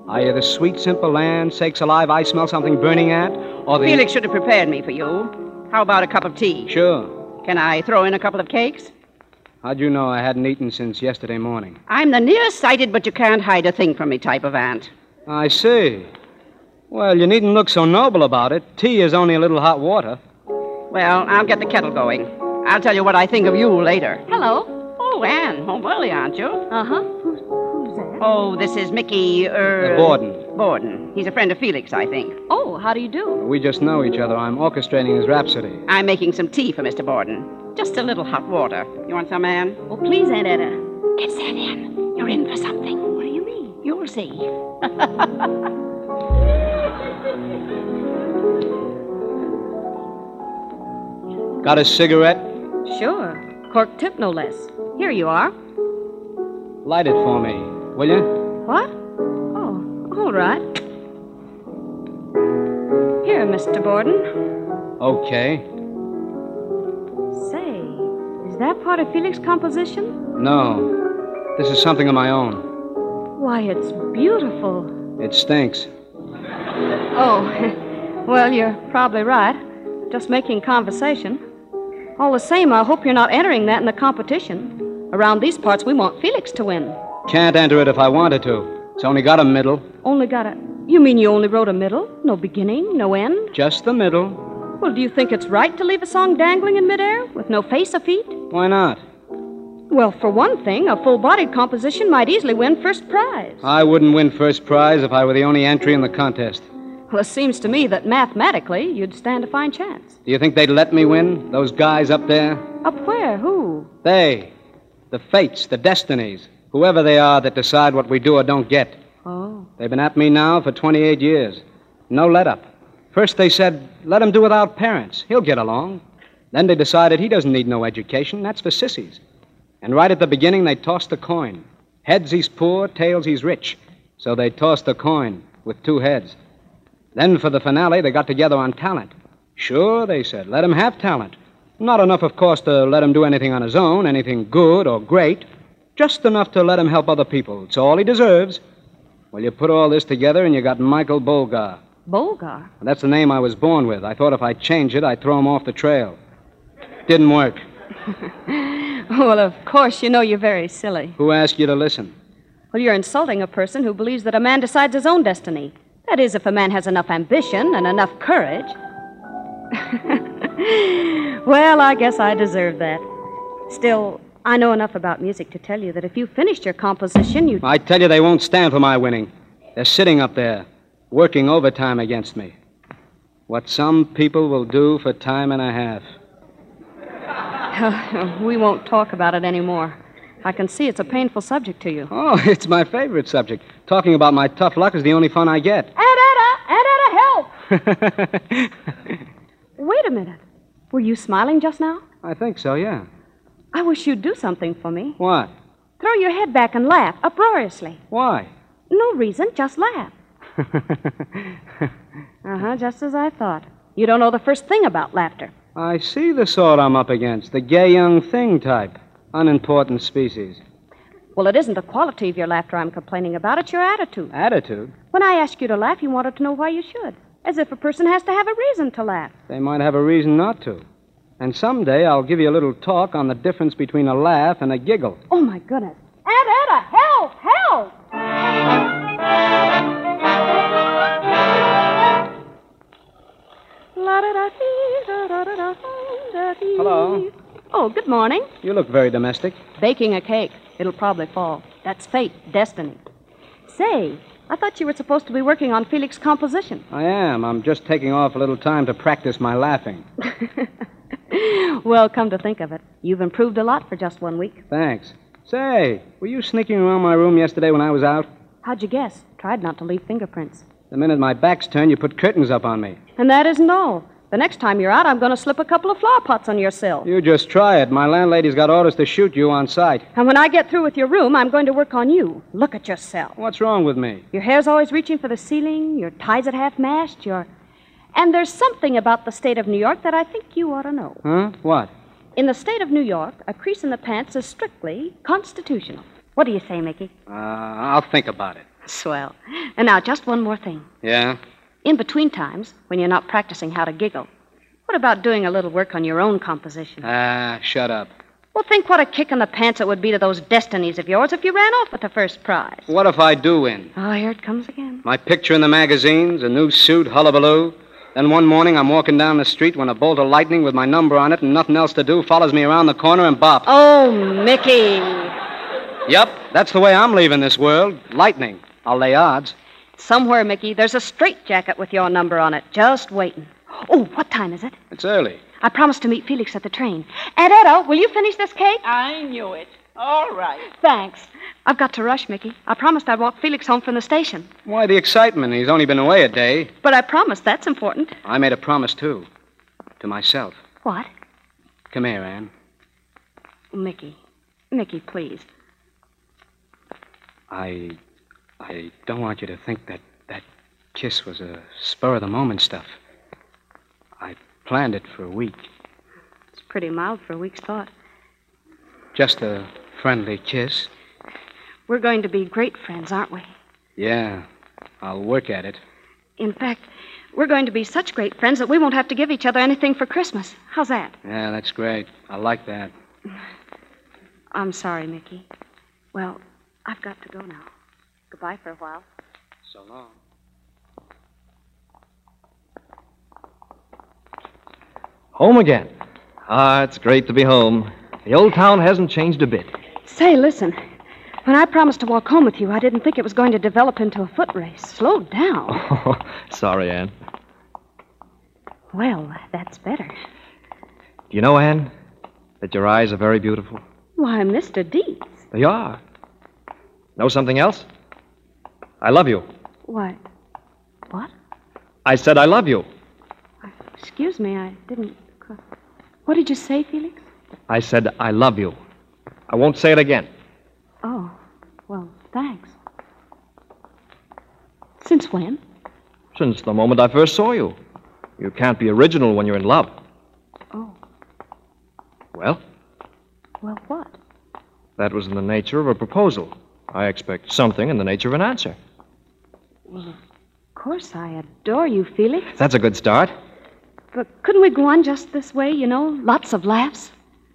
S16: Are you the sweet, simple land, sakes alive, I smell something burning aunt? Or the.
S9: Felix should have prepared me for you. How about a cup of tea?
S16: Sure.
S9: Can I throw in a couple of cakes?
S16: How'd you know I hadn't eaten since yesterday morning?
S9: I'm the nearsighted, but you can't hide a thing from me type of aunt.
S16: I see. Well, you needn't look so noble about it. Tea is only a little hot water.
S9: Well, I'll get the kettle going. I'll tell you what I think of you later.
S11: Hello.
S9: Oh, Anne, home early, aren't you?
S11: Uh huh.
S9: Oh, this is Mickey, er...
S16: Uh, Borden.
S9: Borden. He's a friend of Felix, I think.
S11: Oh, how do you do?
S16: We just know each other. I'm orchestrating his rhapsody.
S9: I'm making some tea for Mr. Borden. Just a little hot water. You want some, Anne?
S11: Oh, please, Aunt Etta.
S9: It's that, Anne. You're in for something. What do you mean?
S15: [laughs]
S9: You'll see.
S16: Got a cigarette?
S5: Sure. Cork tip, no less. Here you are.
S16: Light it for me, will you?
S5: What? Oh, all right.
S4: Here, Mr. Borden.
S16: Okay.
S4: Say, is that part of Felix's composition?
S16: No. This is something of my own.
S4: Why, it's beautiful.
S16: It stinks.
S4: Oh, [laughs] well, you're probably right. Just making conversation. All the same, I hope you're not entering that in the competition. Around these parts, we want Felix to win.
S16: Can't enter it if I wanted to. It's only got a middle.
S4: Only got a. You mean you only wrote a middle? No beginning, no end?
S16: Just the middle.
S4: Well, do you think it's right to leave a song dangling in midair with no face or feet?
S16: Why not?
S4: Well, for one thing, a full bodied composition might easily win first prize.
S16: I wouldn't win first prize if I were the only entry in the contest.
S4: Well, it seems to me that mathematically you'd stand a fine chance.
S16: Do you think they'd let me win? Those guys up there?
S4: Up where? Who?
S16: They. The fates, the destinies. Whoever they are that decide what we do or don't get.
S7: Oh.
S16: They've been at me now for 28 years. No let up. First they said, let him do without parents. He'll get along. Then they decided he doesn't need no education. That's for sissies. And right at the beginning, they tossed the coin. Heads he's poor, tails he's rich. So they tossed the coin with two heads. Then for the finale, they got together on talent. Sure, they said, let him have talent. Not enough, of course, to let him do anything on his own, anything good or great. Just enough to let him help other people. It's all he deserves. Well, you put all this together and you got Michael Bolgar.
S7: Bolgar?
S16: That's the name I was born with. I thought if I changed it, I'd throw him off the trail. Didn't work.
S7: well, of course, you know you're very silly.
S16: Who asked you to listen?
S4: Well, you're insulting a person who believes that a man decides his own destiny. That is, if a man has enough ambition and enough courage. [laughs] well, I guess I deserve that. Still, I know enough about music to tell you that if you finished your composition, you'd.
S16: I tell you, they won't stand for my winning. They're sitting up there, working overtime against me. What some people will do for time and a half. [laughs]
S4: [laughs] we won't talk about it anymore. I can see it's a painful subject to you.
S16: Oh, it's my favorite subject. Talking about my tough luck is the only fun I get.
S4: Aunt Etta! Aunt Etta, help! [laughs] Wait a minute. Were you smiling just now?
S16: I think so, yeah.
S4: I wish you'd do something for me.
S16: What?
S4: Throw your head back and laugh uproariously.
S16: Why?
S4: No reason, just laugh. uh huh, just as I thought. You don't know the first thing about laughter.
S16: I see the sort I'm up against the gay young thing type, unimportant species.
S4: Well, it isn't the quality of your laughter I'm complaining about, it's your attitude.
S16: Attitude?
S4: When I asked you to laugh, you wanted to know why you should, as if a person has to have a reason to laugh.
S16: They might have a reason not to. And someday I'll give you a little talk on the difference between a laugh and a giggle.
S4: Oh, my goodness.
S17: Aunt Etta, help! Help!
S4: Hello.
S16: Hello.
S4: Oh, good morning.
S16: You look very domestic.
S4: Baking a cake. It'll probably fall. That's fate, destiny. Say, I thought you were supposed to be working on Felix's composition. [laughs]
S16: I am. I'm just taking off a little time to practice my laughing.
S4: Well, come to think of it, you've improved a lot for just one week.
S16: Thanks. Say, were you sneaking around my room yesterday when I was out?
S4: How'd you guess? Tried not to leave fingerprints.
S16: The minute my back's turned, you put curtains up on me.
S4: And that isn't all. The next time you're out, I'm going to slip a couple of flower pots on your sill.
S16: You just try it. My landlady's got orders to shoot you on sight.
S4: And when I get through with your room, I'm going to work on you. Look at yourself.
S16: What's wrong with me?
S4: Your hair's always reaching for the ceiling, your tie's at half mast, your. And there's something about the state of New York that I think you ought to know.
S16: Huh? What?
S4: In the state of New York, a crease in the pants is strictly constitutional. What do you say, Mickey?
S16: Uh, I'll think about it.
S4: Swell. And now, just one more thing.
S16: Yeah?
S4: In between times, when you're not practicing how to giggle, what about doing a little work on your own composition?
S16: Ah, shut up.
S4: Well, think what a kick in the pants it would be to those destinies of yours if you ran off with the first prize.
S16: What if I do win?
S4: Oh, here it comes again.
S16: My picture in the magazines, a new suit, hullabaloo. Then one morning I'm walking down the street when a bolt of lightning with my number on it and nothing else to do follows me around the corner and bops.
S4: Oh, Mickey.
S16: Yep, that's the way I'm leaving this world. Lightning. I'll lay odds.
S4: Somewhere, Mickey, there's a straitjacket with your number on it, just waiting. Oh, what time is it?
S16: It's early.
S4: I promised to meet Felix at the train. Aunt Etta, will you finish this cake?
S17: I knew it. All right.
S4: Thanks. I've got to rush, Mickey. I promised I'd walk Felix home from the station.
S16: Why the excitement? He's only been away a day.
S4: But I promised that's important.
S16: I made a promise, too. To myself.
S4: What?
S16: Come here, Anne.
S4: Mickey. Mickey, please.
S16: I. I don't want you to think that that kiss was a spur of the moment stuff. I planned it for a week.
S4: It's pretty mild for a week's thought.
S16: Just a friendly kiss.
S4: We're going to be great friends, aren't we?
S16: Yeah, I'll work at it.
S4: In fact, we're going to be such great friends that we won't have to give each other anything for Christmas. How's that?
S16: Yeah, that's great. I like that.
S4: I'm sorry, Mickey. Well, I've got to go now. Goodbye for a while.
S16: So long.
S10: Home again. Ah, it's great to be home. The old town hasn't changed a bit.
S4: Say, listen. When I promised to walk home with you, I didn't think it was going to develop into a foot race. Slow down.
S10: Sorry, Anne.
S4: Well, that's better.
S10: Do you know, Anne, that your eyes are very beautiful?
S4: Why, Mr. D.
S10: They are. Know something else? I love you.
S4: What?
S10: I said I love you.
S4: Excuse me, I didn't. qu- What did you say, Felix?
S10: I said I love you. I won't say it again.
S4: Oh, well, thanks. Since when?
S10: Since the moment I first saw you. You can't be original when you're in love.
S4: Oh,
S10: Well,
S4: well, [laughs] what?
S10: that was in the nature of a proposal. I expect something in the nature of an answer.
S4: Well, of course I adore you, Felix.
S10: That's a good start.
S4: But couldn't we go on just this way, you know? Lots of laughs.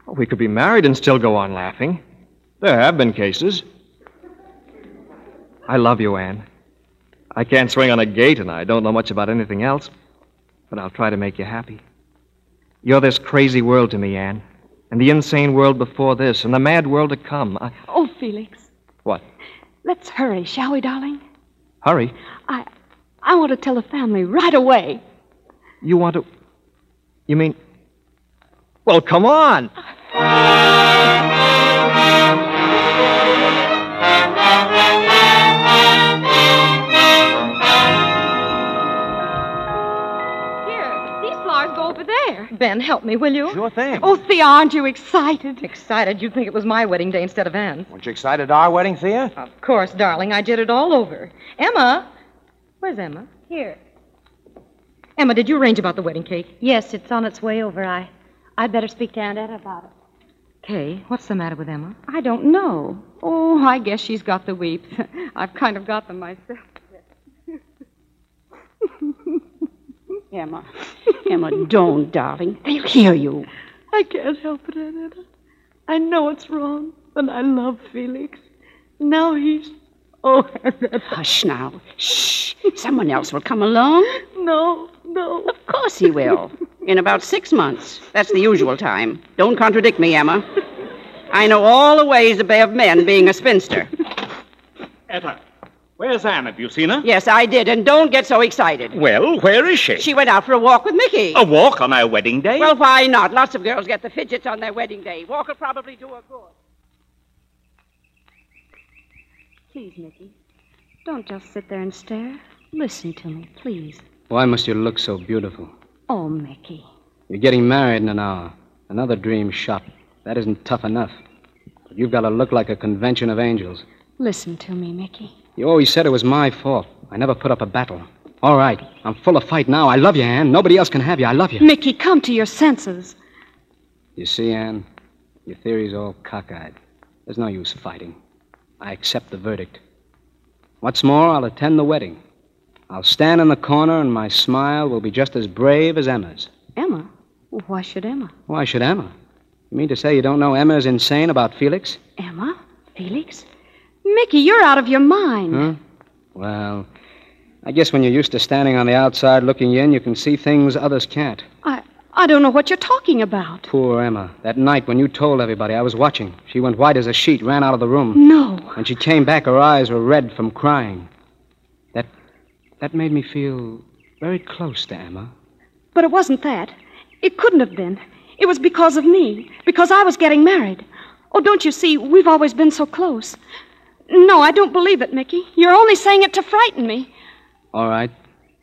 S10: We could be married and still go on laughing. There have been cases. I love you, Anne. I can't swing on a gate, and I don't know much about anything else, but I'll try to make you happy. You're this crazy world to me, Anne, and the insane world before this, and the mad world to come. I...
S4: Oh, Felix.
S10: What?
S4: Let's hurry, shall we, darling?
S10: Hurry.
S4: I I want to tell the family right away.
S10: You want to. You mean. Well, come on!
S5: Here, these flowers go over there.
S6: Ben, help me, will you?
S13: Sure thing.
S6: Oh, Thea, aren't you excited? Excited? You'd think it was my wedding day instead of Anne's.
S13: Weren't you excited at our wedding, Thea?
S6: Of course, darling, I did it all over. Emma, where's Emma?
S7: Here.
S6: Emma, did you arrange about the wedding cake?
S7: Yes, it's on its way over. I, I'd better speak to Aunt Etta about it.
S6: Kay, what's the matter with Emma?
S5: I don't know. Oh, I guess she's got the weeps. I've kind of got them myself.
S18: Emma. Emma, don't, darling. They'll hear you.
S11: I can't help it, Aunt Etta. I know it's wrong, but I love Felix. Now he's. Oh, Aunt Etta.
S18: Hush now. Shh. Someone else will come along.
S11: No, no.
S9: Of course he will. In about six months. That's the usual time. Don't contradict me, Emma. I know all the ways to bay of men being a spinster.
S3: Etta, where's Anne? Have you seen her?
S9: Yes, I did, and don't get so excited.
S3: Well, where is she?
S9: She went out for a walk with Mickey.
S3: A walk on her wedding day?
S9: Well, why not? Lots of girls get the fidgets on their wedding day. Walk will probably do her good.
S4: Please, Mickey, don't just sit there and stare. Listen to me, please.
S16: Why must you look so beautiful?
S4: Oh, Mickey.
S16: You're getting married in an hour. Another dream shot. That isn't tough enough. But you've got to look like a convention of angels.
S4: Listen to me, Mickey.
S16: You always said it was my fault. I never put up a battle. All right, I'm full of fight now. I love you, Anne. Nobody else can have you. I love you.
S4: Mickey, come to your senses.
S16: You see, Anne, your theory's all cockeyed. There's no use fighting. I accept the verdict. What's more, I'll attend the wedding. I'll stand in the corner, and my smile will be just as brave as Emma's.
S4: Emma? Why should Emma?
S16: Why should Emma? You mean to say you don't know Emma is insane about Felix?
S4: Emma? Felix? Mickey, you're out of your mind.
S16: Huh? Well, I guess when you're used to standing on the outside looking in, you can see things others can't.
S4: I I don't know what you're talking about.
S16: Poor Emma. That night when you told everybody, I was watching. She went white as a sheet, ran out of the room.
S4: No.
S16: When she came back, her eyes were red from crying. That that made me feel very close to Emma.
S4: But it wasn't that. It couldn't have been. It was because of me, because I was getting married. Oh, don't you see, we've always been so close. No, I don't believe it, Mickey. You're only saying it to frighten me.
S16: All right,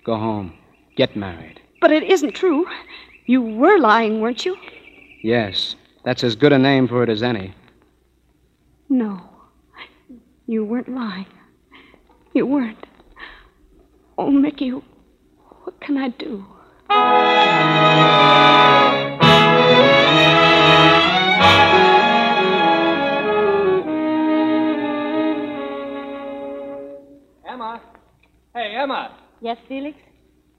S16: go home. Get married.
S4: But it isn't true. You were lying, weren't you?
S16: Yes, that's as good a name for it as any.
S4: No. You weren't lying. You weren't. Oh, Mickey, what can I do?
S13: Emma? Hey, Emma!
S7: Yes, Felix?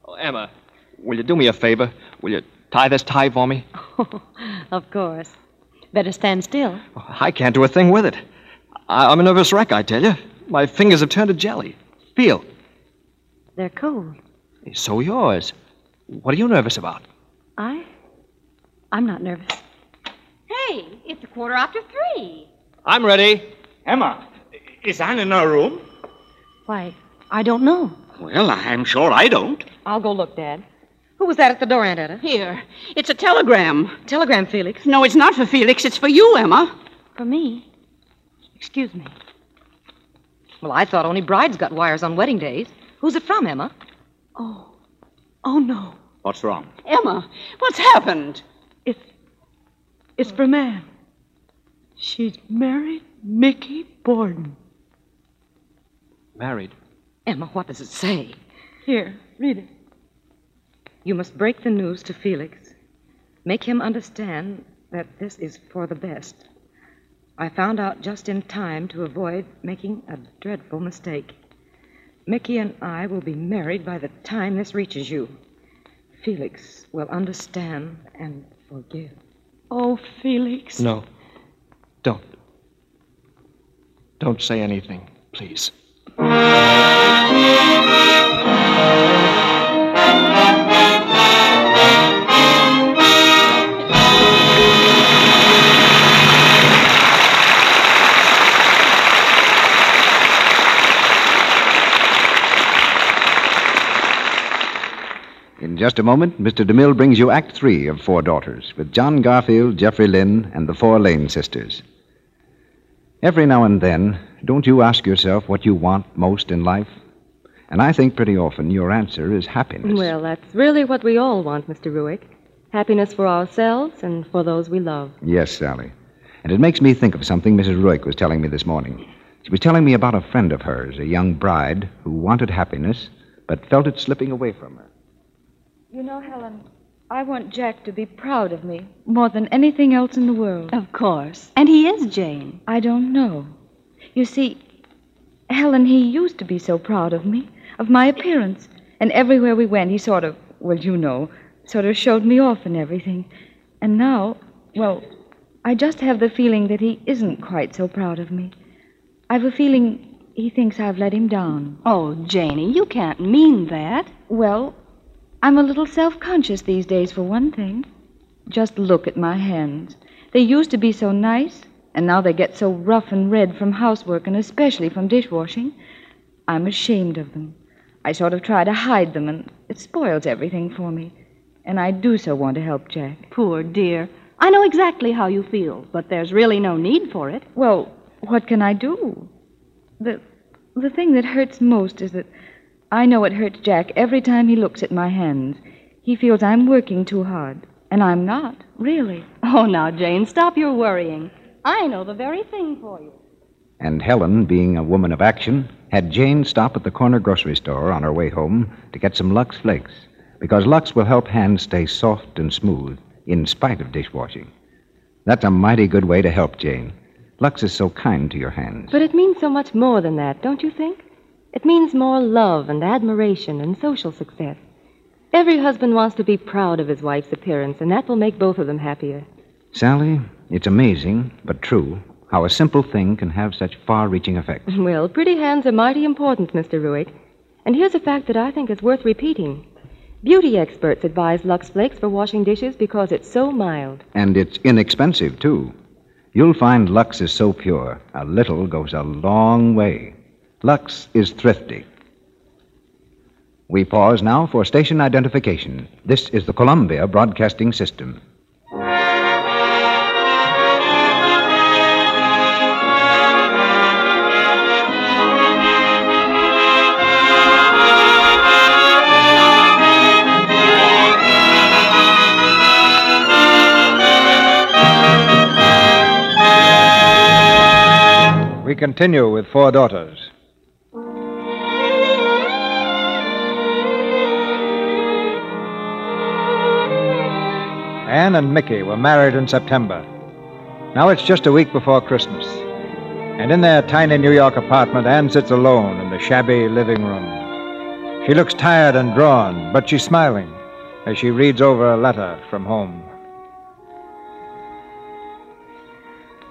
S10: Oh, Emma, will you do me a favor? Will you tie this tie for me?
S7: Of course. Better stand still.
S10: I can't do a thing with it. I- I'm a nervous wreck, I tell you. My fingers have turned to jelly. Feel.
S7: They're cold.
S10: So yours. What are you nervous about?
S7: I? I'm not nervous.
S5: Hey, it's a quarter after three.
S10: I'm ready.
S3: Emma, is Anne in her room?
S7: Why, I don't know.
S3: Well, I'm sure I don't.
S6: I'll go look, Dad. Who was that at the door, Aunt Etta?
S9: Here. It's a telegram.
S6: Telegram, Felix.
S9: No, it's not for Felix. It's for you, Emma.
S7: For me? Excuse me.
S6: Well, I thought only brides got wires on wedding days. Who's it from, Emma?
S11: Oh. Oh, no.
S3: What's wrong?
S9: Emma, what's happened?
S11: It's. It's from Anne. She's married Mickey Borden.
S10: Married?
S6: Emma, what does it say?
S11: Here, read it.
S6: You must break the news to Felix. Make him understand that this is for the best. I found out just in time to avoid making a dreadful mistake. Mickey and I will be married by the time this reaches you. Felix will understand and forgive.
S11: Oh, Felix.
S10: No. Don't. Don't say anything, please.
S13: In just a moment, Mr. DeMille brings you Act Three of Four Daughters with John Garfield, Jeffrey Lynn, and the four Lane sisters. Every now and then, don't you ask yourself what you want most in life? And I think pretty often your answer is happiness.
S19: Well, that's really what we all want, Mr. Ruick. Happiness for ourselves and for those we love.
S13: Yes, Sally. And it makes me think of something Mrs. Ruick was telling me this morning. She was telling me about a friend of hers, a young bride, who wanted happiness but felt it slipping away from her.
S20: You know, Helen, I want Jack to be proud of me more than anything else in the world.
S11: Of course. And he is, Jane.
S20: I don't know. You see, Helen, he used to be so proud of me, of my appearance. And everywhere we went, he sort of, well, you know, sort of showed me off and everything. And now, well, I just have the feeling that he isn't quite so proud of me. I've a feeling he thinks I've let him down.
S11: Oh, Janie, you can't mean that.
S20: Well, I'm a little self conscious these days, for one thing. Just look at my hands. They used to be so nice, and now they get so rough and red from housework, and especially from dishwashing. I'm ashamed of them. I sort of try to hide them, and it spoils everything for me. And I do so want to help Jack.
S11: Poor dear. I know exactly how you feel, but there's really no need for it.
S20: Well, what can I do? The, the thing that hurts most is that I know it hurts Jack every time he looks at my hands. He feels I'm working too hard, and I'm not, really.
S11: Oh, now, Jane, stop your worrying. I know the very thing for you.
S13: And Helen, being a woman of action, had Jane stop at the corner grocery store on her way home to get some Lux Flakes, because Lux will help hands stay soft and smooth in spite of dishwashing. That's a mighty good way to help, Jane. Lux is so kind to your hands.
S19: But it means so much more than that, don't you think? It means more love and admiration and social success. Every husband wants to be proud of his wife's appearance, and that will make both of them happier. [laughs]
S13: Sally, it's amazing, but true, how a simple thing can have such far reaching effects.
S19: Well, pretty hands are mighty important, Mr. Ruick. And here's a fact that I think is worth repeating. Beauty experts advise Lux Flakes for washing dishes because it's so mild.
S13: And it's inexpensive, too. You'll find Lux is so pure, a little goes a long way. Lux is thrifty. We pause now for station identification. This is the Columbia Broadcasting System.
S2: We continue with Four Daughters. Anne and Mickey were married in September. Now it's just a week before Christmas. And in their tiny New York apartment, Anne sits alone in the shabby living room. She looks tired and drawn, but she's smiling as she reads over a letter from home.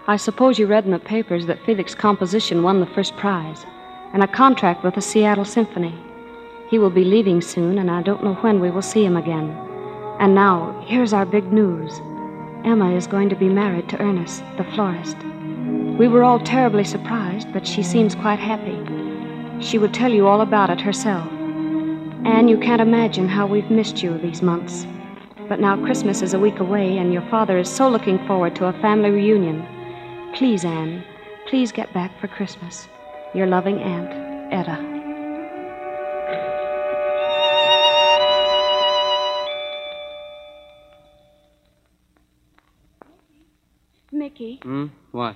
S4: I suppose you read in the papers that Felix's composition won the first prize and a contract with the Seattle Symphony. He will be leaving soon, and I don't know when we will see him again. And now, here's our big news Emma is going to be married to Ernest, the florist. We were all terribly surprised, but she seems quite happy. She will tell you all about it herself. Anne, you can't imagine how we've missed you these months. But now Christmas is a week away, and your father is so looking forward to a family reunion. Please, Anne, please get back for Christmas. Your loving aunt, Etta.
S7: Mickey,
S16: Hmm? What?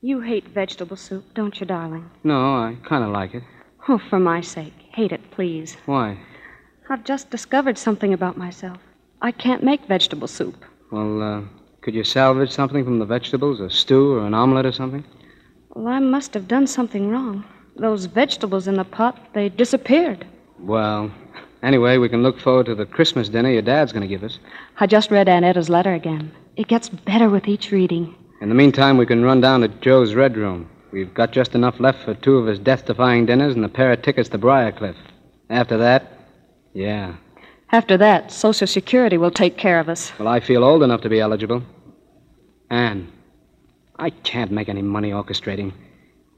S7: you hate vegetable soup, don't you, darling?
S16: No, I kind of like it.
S4: Oh, for my sake, hate it, please.
S16: Why?
S4: I've just discovered something about myself. I can't make vegetable soup.
S16: Well, uh, could you salvage something from the vegetables? A stew or an omelet or something?
S4: Well, I must have done something wrong. Those vegetables in the pot, they disappeared.
S16: Well, anyway, we can look forward to the Christmas dinner your dad's going to give us.
S4: I just read Aunt Etta's letter again. It gets better with each reading.
S16: In the meantime, we can run down to Joe's Red Room. We've got just enough left for two of his death defying dinners and a pair of tickets to Briarcliff. After that, yeah.
S4: After that, Social Security will take care of us.
S16: Well, I feel old enough to be eligible. Anne, I can't make any money orchestrating.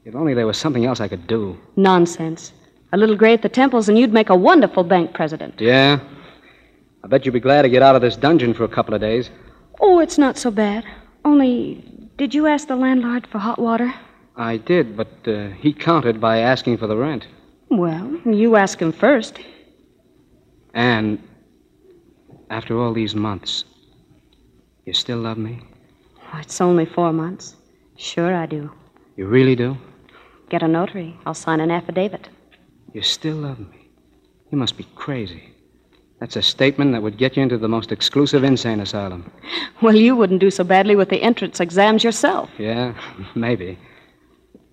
S16: If only there was something else I could do.
S4: Nonsense. A little gray at the temples, and you'd make a wonderful bank president.
S16: Yeah? I bet you'd be glad to get out of this dungeon for a couple of days.
S4: Oh, it's not so bad. Only, did you ask the landlord for hot water?
S16: I did, but uh, he countered by asking for the rent.
S4: Well, you ask him first.
S16: Anne, after all these months, you still love me?
S4: It's only four months. Sure, I do.
S16: You really do?
S4: Get a notary. I'll sign an affidavit.
S16: You still love me. You must be crazy. That's a statement that would get you into the most exclusive insane asylum.
S4: Well, you wouldn't do so badly with the entrance exams yourself.
S16: Yeah, [laughs] maybe.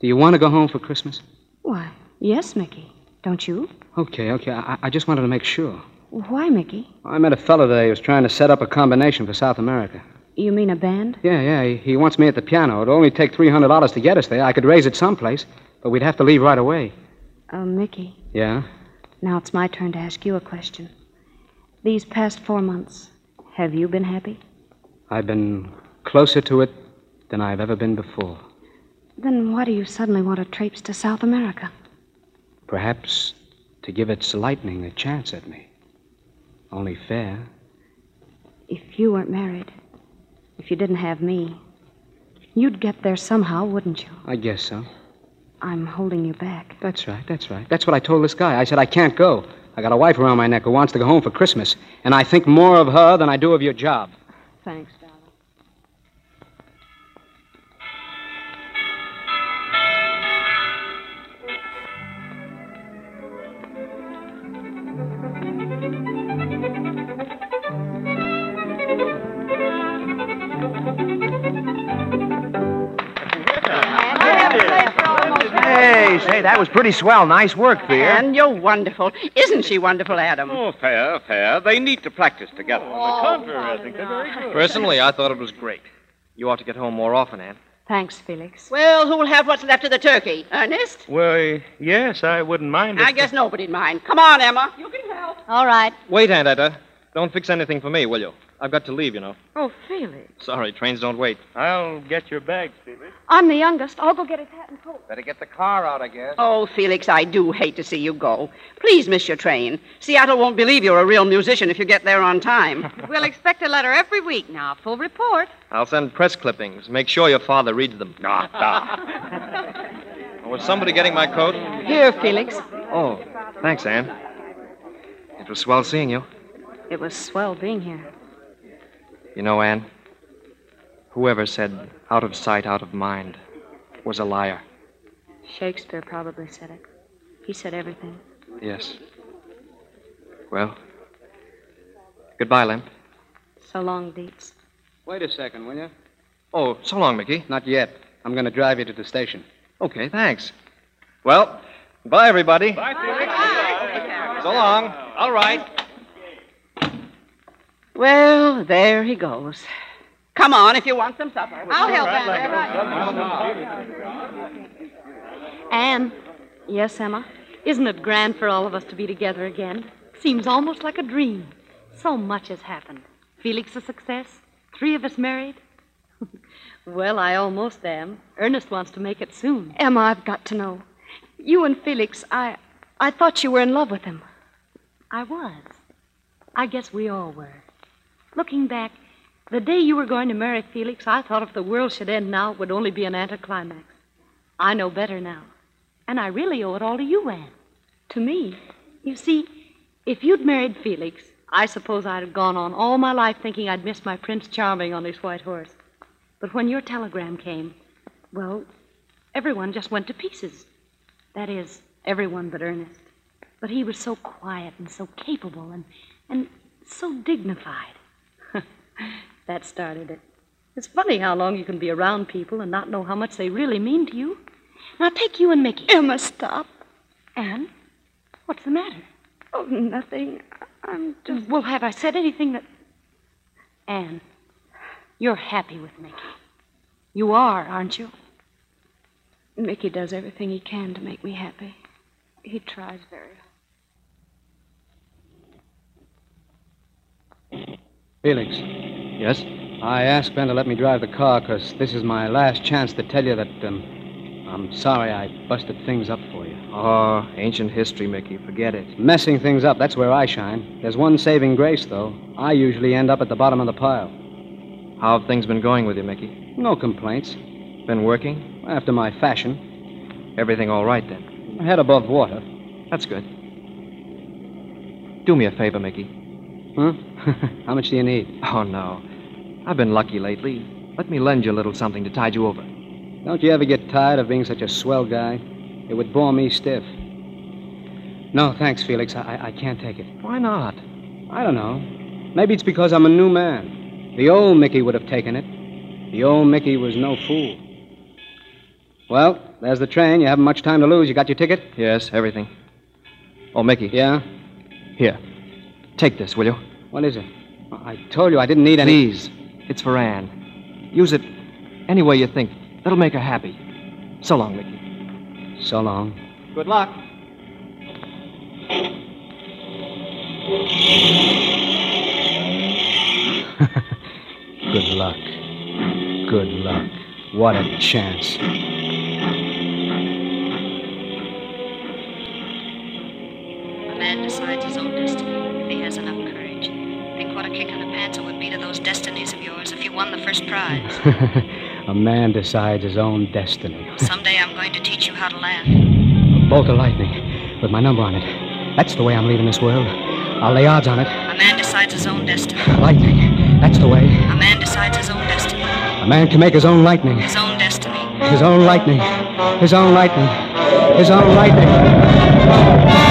S16: Do you want to go home for Christmas?
S4: Why, yes, Mickey. Don't you?
S16: Okay, okay. I, I just wanted to make sure.
S4: Why, Mickey?
S16: I met a fellow today who was trying to set up a combination for South America.
S4: You mean a band?
S16: Yeah, yeah. He, he wants me at the piano. It'd only take $300 to get us there. I could raise it someplace, but we'd have to leave right away.
S4: Oh, Mickey,
S16: Yeah?
S4: now it's my turn to ask you a question. These past four months, have you been happy?
S16: I've been closer to it than I've ever been before.
S4: Then why do you suddenly want to traipse to South America?
S16: Perhaps to give its lightning a chance at me. Only fair.
S4: If you weren't married, if you didn't have me, you'd get there somehow, wouldn't you?
S16: I guess so.
S4: I'm holding you back.
S16: That's right, that's right. That's what I told this guy. I said, I can't go. I got a wife around my neck who wants to go home for Christmas, and I think more of her than I do of your job.
S4: Thanks, darling.
S11: Hey, say, that was pretty swell. Nice work, Fear.
S9: And you're wonderful. Isn't she wonderful, Adam?
S3: Oh, fair, fair. They need to practice together. On the contrary, I think they're very good.
S10: Personally, I thought it was great. You ought to get home more often, Anne.
S4: Thanks, Felix.
S9: Well, who'll have what's left of the turkey? Ernest?
S11: Well, yes, I wouldn't mind
S9: I guess nobody'd mind. Come on, Emma. You can help. All right.
S10: Wait, Aunt Etta. Don't fix anything for me, will you? I've got to leave, you know.
S4: Oh, Felix.
S10: Sorry, trains don't wait. I'll get your bags, Felix.
S4: I'm the youngest. I'll go get his hat and coat.
S11: Better get the car out, I guess.
S9: Oh, Felix, I do hate to see you go. Please miss your train. Seattle won't believe you're a real musician if you get there on time.
S21: We'll expect a letter every week now, full report.
S10: I'll send press clippings. Make sure your father reads them. Was somebody getting my coat?
S4: Here, Felix.
S10: Oh, thanks, Anne. It was swell seeing you.
S4: It was swell being here.
S10: You know, Anne, whoever said out of sight, out of mind was a liar.
S4: Shakespeare probably said it. He said everything.
S10: Yes. Well, goodbye, Limp.
S4: So long, Dietz.
S16: Wait a second, will you?
S10: Oh, so long, Mickey.
S16: Not yet. I'm going to drive you to the station.
S10: Okay, thanks. Well, bye, everybody. Bye, So long. All right.
S9: Well, there he goes. Come on if you want some supper.
S21: I'll help Aunt
S7: Anne,
S4: Yes, Emma?
S7: isn't it grand for all of us to be together again? Seems almost like a dream. So much has happened. Felix a success. Three of us married. [laughs] well, I almost am. Ernest wants to make it soon.
S4: Emma, I've got to know. You and Felix, I I thought you were in love with him.
S7: I was. I guess we all were. Looking back, the day you were going to marry Felix, I thought if the world should end now, it would only be an anticlimax. I know better now. And I really owe it all to you, Anne. To me. You see, if you'd married Felix, I suppose I'd have gone on all my life thinking I'd missed my Prince Charming on his white horse. But when your telegram came, well, everyone just went to pieces. That is, everyone but Ernest. But he was so quiet and so capable and, and so dignified. [laughs] that started it. It's funny how long you can be around people and not know how much they really mean to you. Now take you and Mickey. Emma, stop. Anne, what's the matter? Oh, nothing. I'm just. Well, have I said anything that. Anne, you're happy with Mickey. You are, aren't you?
S4: Mickey does everything he can to make me happy. He tries very hard.
S16: Felix,
S10: Yes?
S16: I asked Ben to let me drive the car because this is my last chance to tell you that um, I'm sorry I busted things up for you.
S10: Oh, ancient history, Mickey. Forget it.
S16: Messing things up, that's where I shine. There's one saving grace, though. I usually end up at the bottom of the pile.
S10: How have things been going with you, Mickey?
S16: No complaints.
S10: Been working?
S16: After my fashion.
S10: Everything all right, then?
S16: Head above water.
S10: That's good. Do me a favor, Mickey. [laughs]
S16: Huh? How much do you need?
S10: Oh, no. I've been lucky lately. Let me lend you a little something to tide you over.
S16: Don't you ever get tired of being such a swell guy? It would bore me stiff. No, thanks, Felix. I, I- I can't take it.
S10: Why not?
S16: I don't know. Maybe it's because I'm a new man. The old Mickey would have taken it. The old Mickey was no fool. Well, there's the train. You haven't much time to lose. You got your ticket?
S10: Yes, everything. Oh, Mickey.
S16: Yeah?
S10: Here. Take this, will you?
S16: What is it? I told you I didn't need any.
S10: Please. It's for Anne. Use it any way you think. That'll make her happy. So long, Mickey.
S16: So long.
S10: Good luck.
S16: [laughs] Good luck. Good luck. What a chance.
S4: A man decides his own destiny if he has enough courage. Think what a kick in the pants it would be to those destinies of yours if you won the first prize.
S16: [laughs] a man decides his own destiny.
S4: Someday I'm going to teach you how to laugh.
S16: A bolt of lightning with my number on it. That's the way I'm leaving this world. I'll lay odds on it.
S4: A man decides his own destiny.
S16: Lightning. That's the way.
S4: A man decides his own destiny.
S16: A man can make his own lightning.
S4: His own destiny.
S16: His own lightning. His own lightning. His own lightning.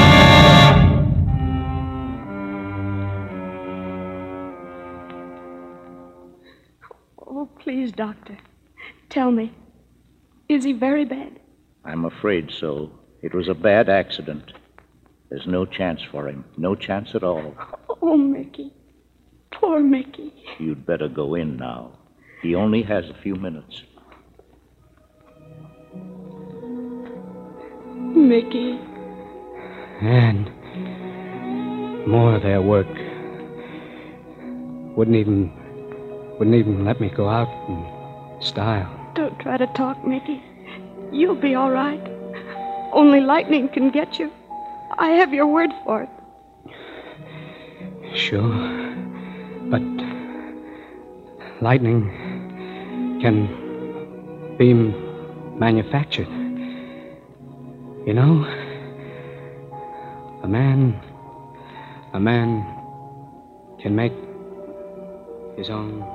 S11: Oh, please, Doctor, tell me. Is he very bad?
S22: I'm afraid so. It was a bad accident. There's no chance for him. No chance at all.
S11: Oh, Mickey. Poor Mickey.
S22: You'd better go in now. He only has a few minutes.
S11: Mickey.
S16: And more of their work. Wouldn't even wouldn't even let me go out in style.
S11: Don't try to talk, Mickey. You'll be all right. Only lightning can get you. I have your word for it.
S16: Sure. But lightning can be m- manufactured. You know, a man a man can make his own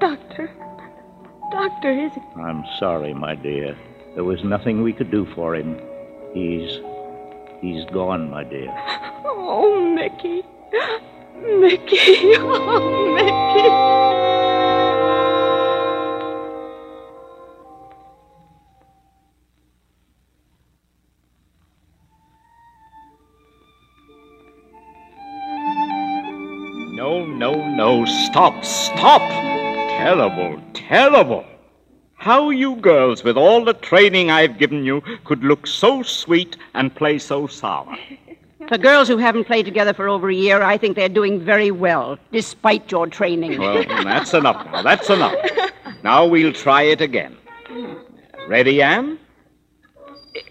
S11: Doctor. Doctor, is he?
S22: I'm sorry, my dear. There was nothing we could do for him. He's. he's gone, my dear.
S11: Oh, Mickey. Mickey. [laughs] Oh, Mickey.
S3: No, no, no. Stop, stop. Terrible, terrible. How you girls, with all the training I've given you, could look so sweet and play so sour.
S9: For girls who haven't played together for over a year, I think they're doing very well, despite your training. [laughs]
S3: Well, that's enough now. That's enough. Now we'll try it again. Ready, Anne?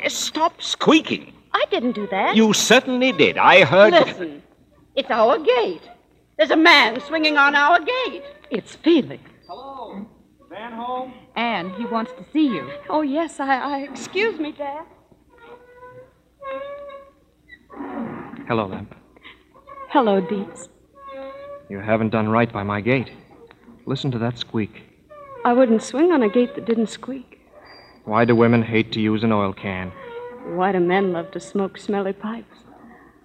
S3: Eh, Stop squeaking.
S5: I didn't do that.
S3: You certainly did. I heard.
S5: Listen, it's our gate. There's a man swinging on our gate.
S23: It's Felix.
S5: Anne, he wants to see you.
S11: Oh, yes, I, I. Excuse me, Dad.
S10: Hello, Lamp.
S24: Hello, Dietz.
S10: You haven't done right by my gate. Listen to that squeak.
S4: I wouldn't swing on a gate that didn't squeak.
S10: Why do women hate to use an oil can?
S4: Why do men love to smoke smelly pipes?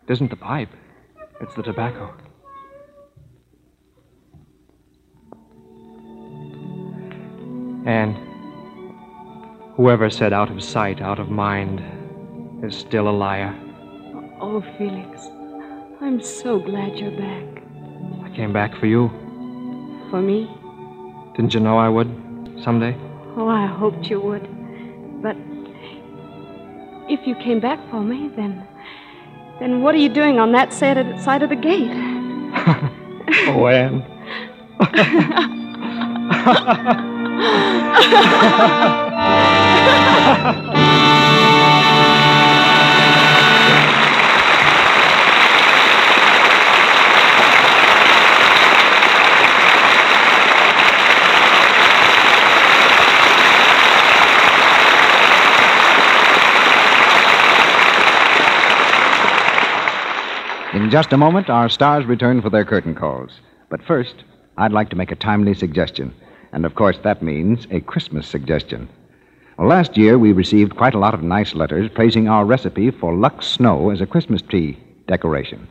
S10: It isn't the pipe, it's the tobacco. And whoever said out of sight, out of mind, is still a liar.
S24: Oh, Felix, I'm so glad you're back.
S10: I came back for you.
S24: For me?
S10: Didn't you know I would someday?
S24: Oh, I hoped you would.
S4: But if you came back for me, then. Then what are you doing on that side of, side of the gate?
S10: Oh, Anne.
S11: [laughs]
S13: In just a moment, our stars return for their curtain calls. But first, I'd like to make a timely suggestion. And of course, that means a Christmas suggestion. Well, last year, we received quite a lot of nice letters praising our recipe for Lux Snow as a Christmas tree decoration.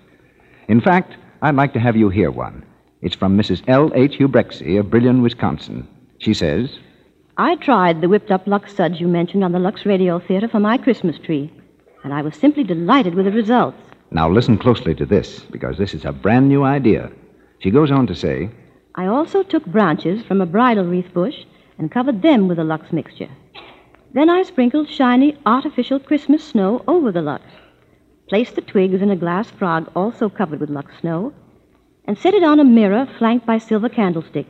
S13: In fact, I'd like to have you hear one. It's from Mrs. L.H. Hubrexy of Brillion, Wisconsin. She says,
S25: I tried the whipped up Lux suds you mentioned on the Lux Radio Theater for my Christmas tree, and I was simply delighted with the results.
S13: Now listen closely to this, because this is a brand new idea. She goes on to say,
S25: I also took branches from a bridal wreath bush and covered them with the Lux mixture. Then I sprinkled shiny artificial Christmas snow over the Lux, placed the twigs in a glass frog also covered with Lux snow, and set it on a mirror flanked by silver candlestick.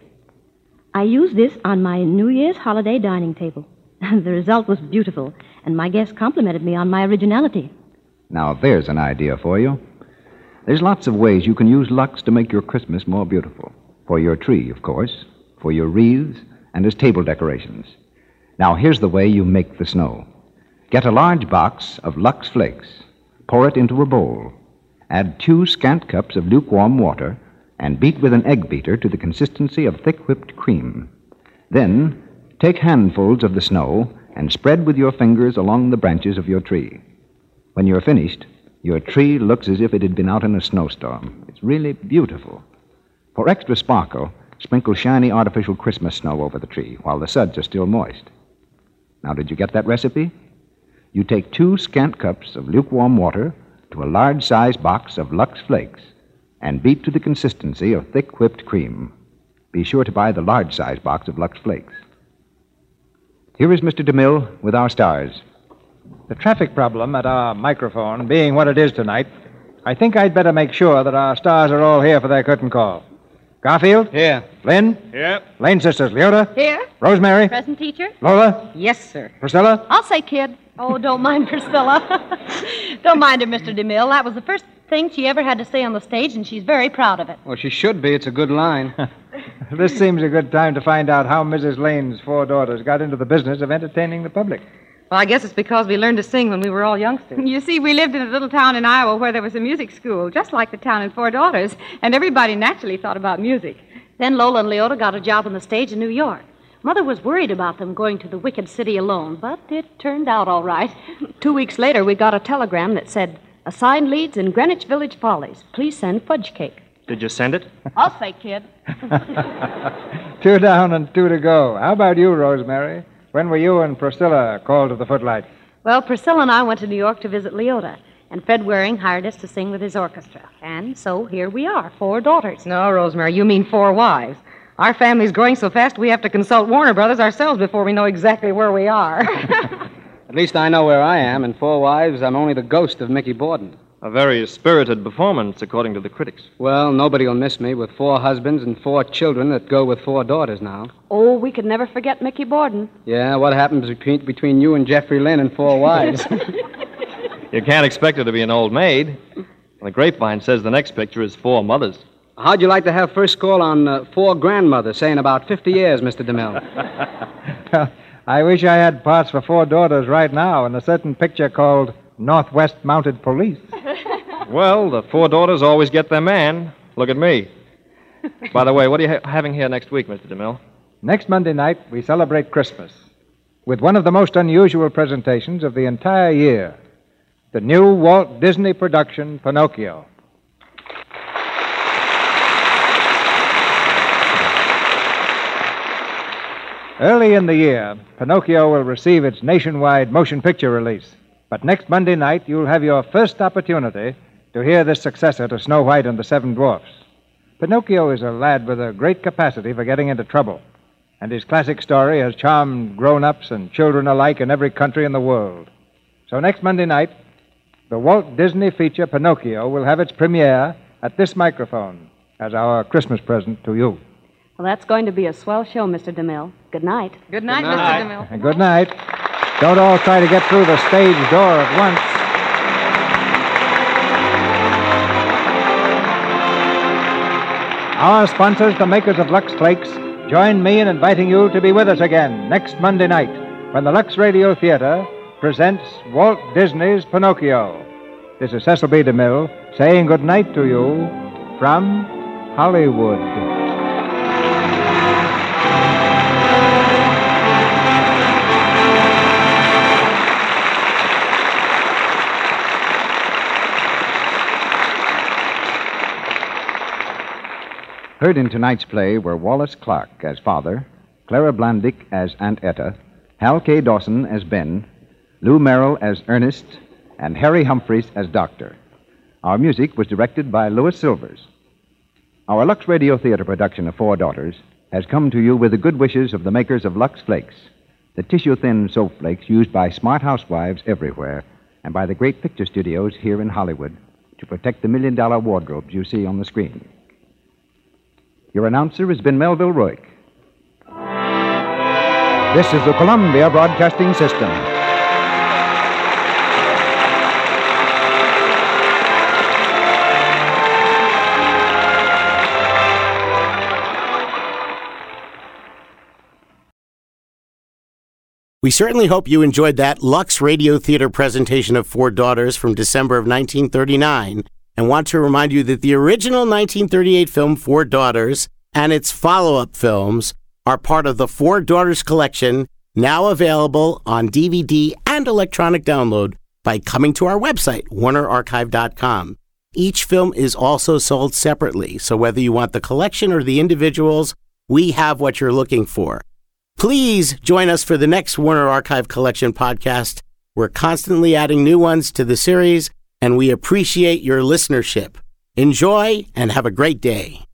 S25: I used this on my New Year's holiday dining table. [laughs] the result was beautiful, and my guests complimented me on my originality.
S13: Now there's an idea for you. There's lots of ways you can use Lux to make your Christmas more beautiful. For your tree, of course, for your wreaths, and as table decorations. Now here's the way you make the snow. Get a large box of Lux flakes, pour it into a bowl, add two scant cups of lukewarm water, and beat with an egg beater to the consistency of thick whipped cream. Then, take handfuls of the snow and spread with your fingers along the branches of your tree. When you're finished, your tree looks as if it had been out in a snowstorm. It's really beautiful. For extra sparkle, sprinkle shiny artificial Christmas snow over the tree while the suds are still moist. Now, did you get that recipe? You take two scant cups of lukewarm water to a large sized box of Lux Flakes and beat to the consistency of thick whipped cream. Be sure to buy the large sized box of Lux Flakes. Here is Mr. DeMille with our stars.
S2: The traffic problem at our microphone being what it is tonight, I think I'd better make sure that our stars are all here for their curtain call. Garfield? Here. Lynn?
S11: Here.
S2: Lane Sisters, Leota?
S7: Here?
S2: Rosemary?
S7: Present teacher?
S2: Lola?
S7: Yes, sir.
S2: Priscilla?
S7: I'll say kid. Oh, don't mind Priscilla. [laughs] don't mind her, Mr. DeMille. That was the first thing she ever had to say on the stage, and she's very proud of it.
S16: Well, she should be. It's a good line.
S2: [laughs] this seems a good time to find out how Mrs. Lane's four daughters got into the business of entertaining the public.
S6: Well, I guess it's because we learned to sing when we were all youngsters.
S5: You see, we lived in a little town in Iowa where there was a music school, just like the town in Four Daughters, and everybody naturally thought about music.
S7: Then Lola and Leota got a job on the stage in New York. Mother was worried about them going to the wicked city alone, but it turned out all right. Two weeks later, we got a telegram that said, Assigned leads in Greenwich Village Follies. Please send fudge cake.
S10: Did you send it?
S7: I'll say kid.
S2: Two down and two to go. How about you, Rosemary? When were you and Priscilla called to the footlight?
S7: Well, Priscilla and I went to New York to visit Leota, and Fred Waring hired us to sing with his orchestra. And so here we are, four daughters.
S6: No, Rosemary, you mean four wives. Our family's growing so fast we have to consult Warner Brothers ourselves before we know exactly where we are. [laughs]
S16: At least I know where I am, and four wives, I'm only the ghost of Mickey Borden.
S10: A very spirited performance, according to the critics.
S16: Well, nobody will miss me with four husbands and four children that go with four daughters now.
S4: Oh, we could never forget Mickey Borden.
S16: Yeah, what happens between, between you and Jeffrey Lynn and four
S7: [laughs]
S16: wives?
S4: [laughs]
S10: You can't expect her to be an old maid. The grapevine says the next picture is four mothers.
S16: How'd you like to have first call on uh, four grandmothers, say in about 50 years, Mr. DeMille?
S2: I wish I had parts for four daughters right now in a certain picture called Northwest Mounted Police.
S10: Well, the four daughters always get their man. Look at me. By the way, what are you ha- having here next week, Mr. DeMille?
S2: Next Monday night, we celebrate Christmas with one of the most unusual presentations of the entire year the new Walt Disney production, Pinocchio. Early in the year, Pinocchio will receive its nationwide motion picture release. But next Monday night, you'll have your first opportunity to hear this successor to Snow White and the Seven Dwarfs. Pinocchio is a lad with a great capacity for getting into trouble, and his classic story has charmed grown ups and children alike in every country in the world. So next Monday night, the Walt Disney feature Pinocchio will have its premiere at this microphone as our Christmas present to you.
S4: Well, that's going to be a swell show, Mr. DeMille. Good night.
S26: Good night,
S2: Good night.
S26: Mr. DeMille.
S2: And good night. Don't all try to get through the stage door at once. Our sponsors, the makers of Lux Flakes, join me in inviting you to be with us again next Monday night when the Lux Radio Theater presents Walt Disney's Pinocchio. This is Cecil B. DeMille saying good night to you from Hollywood.
S13: Heard in tonight's play were Wallace Clark as father, Clara Blandick as Aunt Etta, Hal K. Dawson as Ben, Lou Merrill as Ernest, and Harry Humphreys as Doctor. Our music was directed by Louis Silvers. Our Lux Radio Theater production of Four Daughters has come to you with the good wishes of the makers of Lux Flakes, the tissue thin soap flakes used by smart housewives everywhere and by the great picture studios here in Hollywood to protect the million dollar wardrobes you see on the screen. Your announcer has been Melville Royk. This is the Columbia Broadcasting System.
S1: We certainly hope you enjoyed that Lux Radio Theater presentation of Four Daughters from December of 1939 and want to remind you that the original 1938 film Four Daughters and its follow up films are part of the Four Daughters collection, now available on DVD and electronic download by coming to our website, warnerarchive.com. Each film is also sold separately, so whether you want the collection or the individuals, we have what you're looking for. Please join us for the next Warner Archive Collection podcast. We're constantly adding new ones to the series, and we appreciate your listenership. Enjoy and have a great day.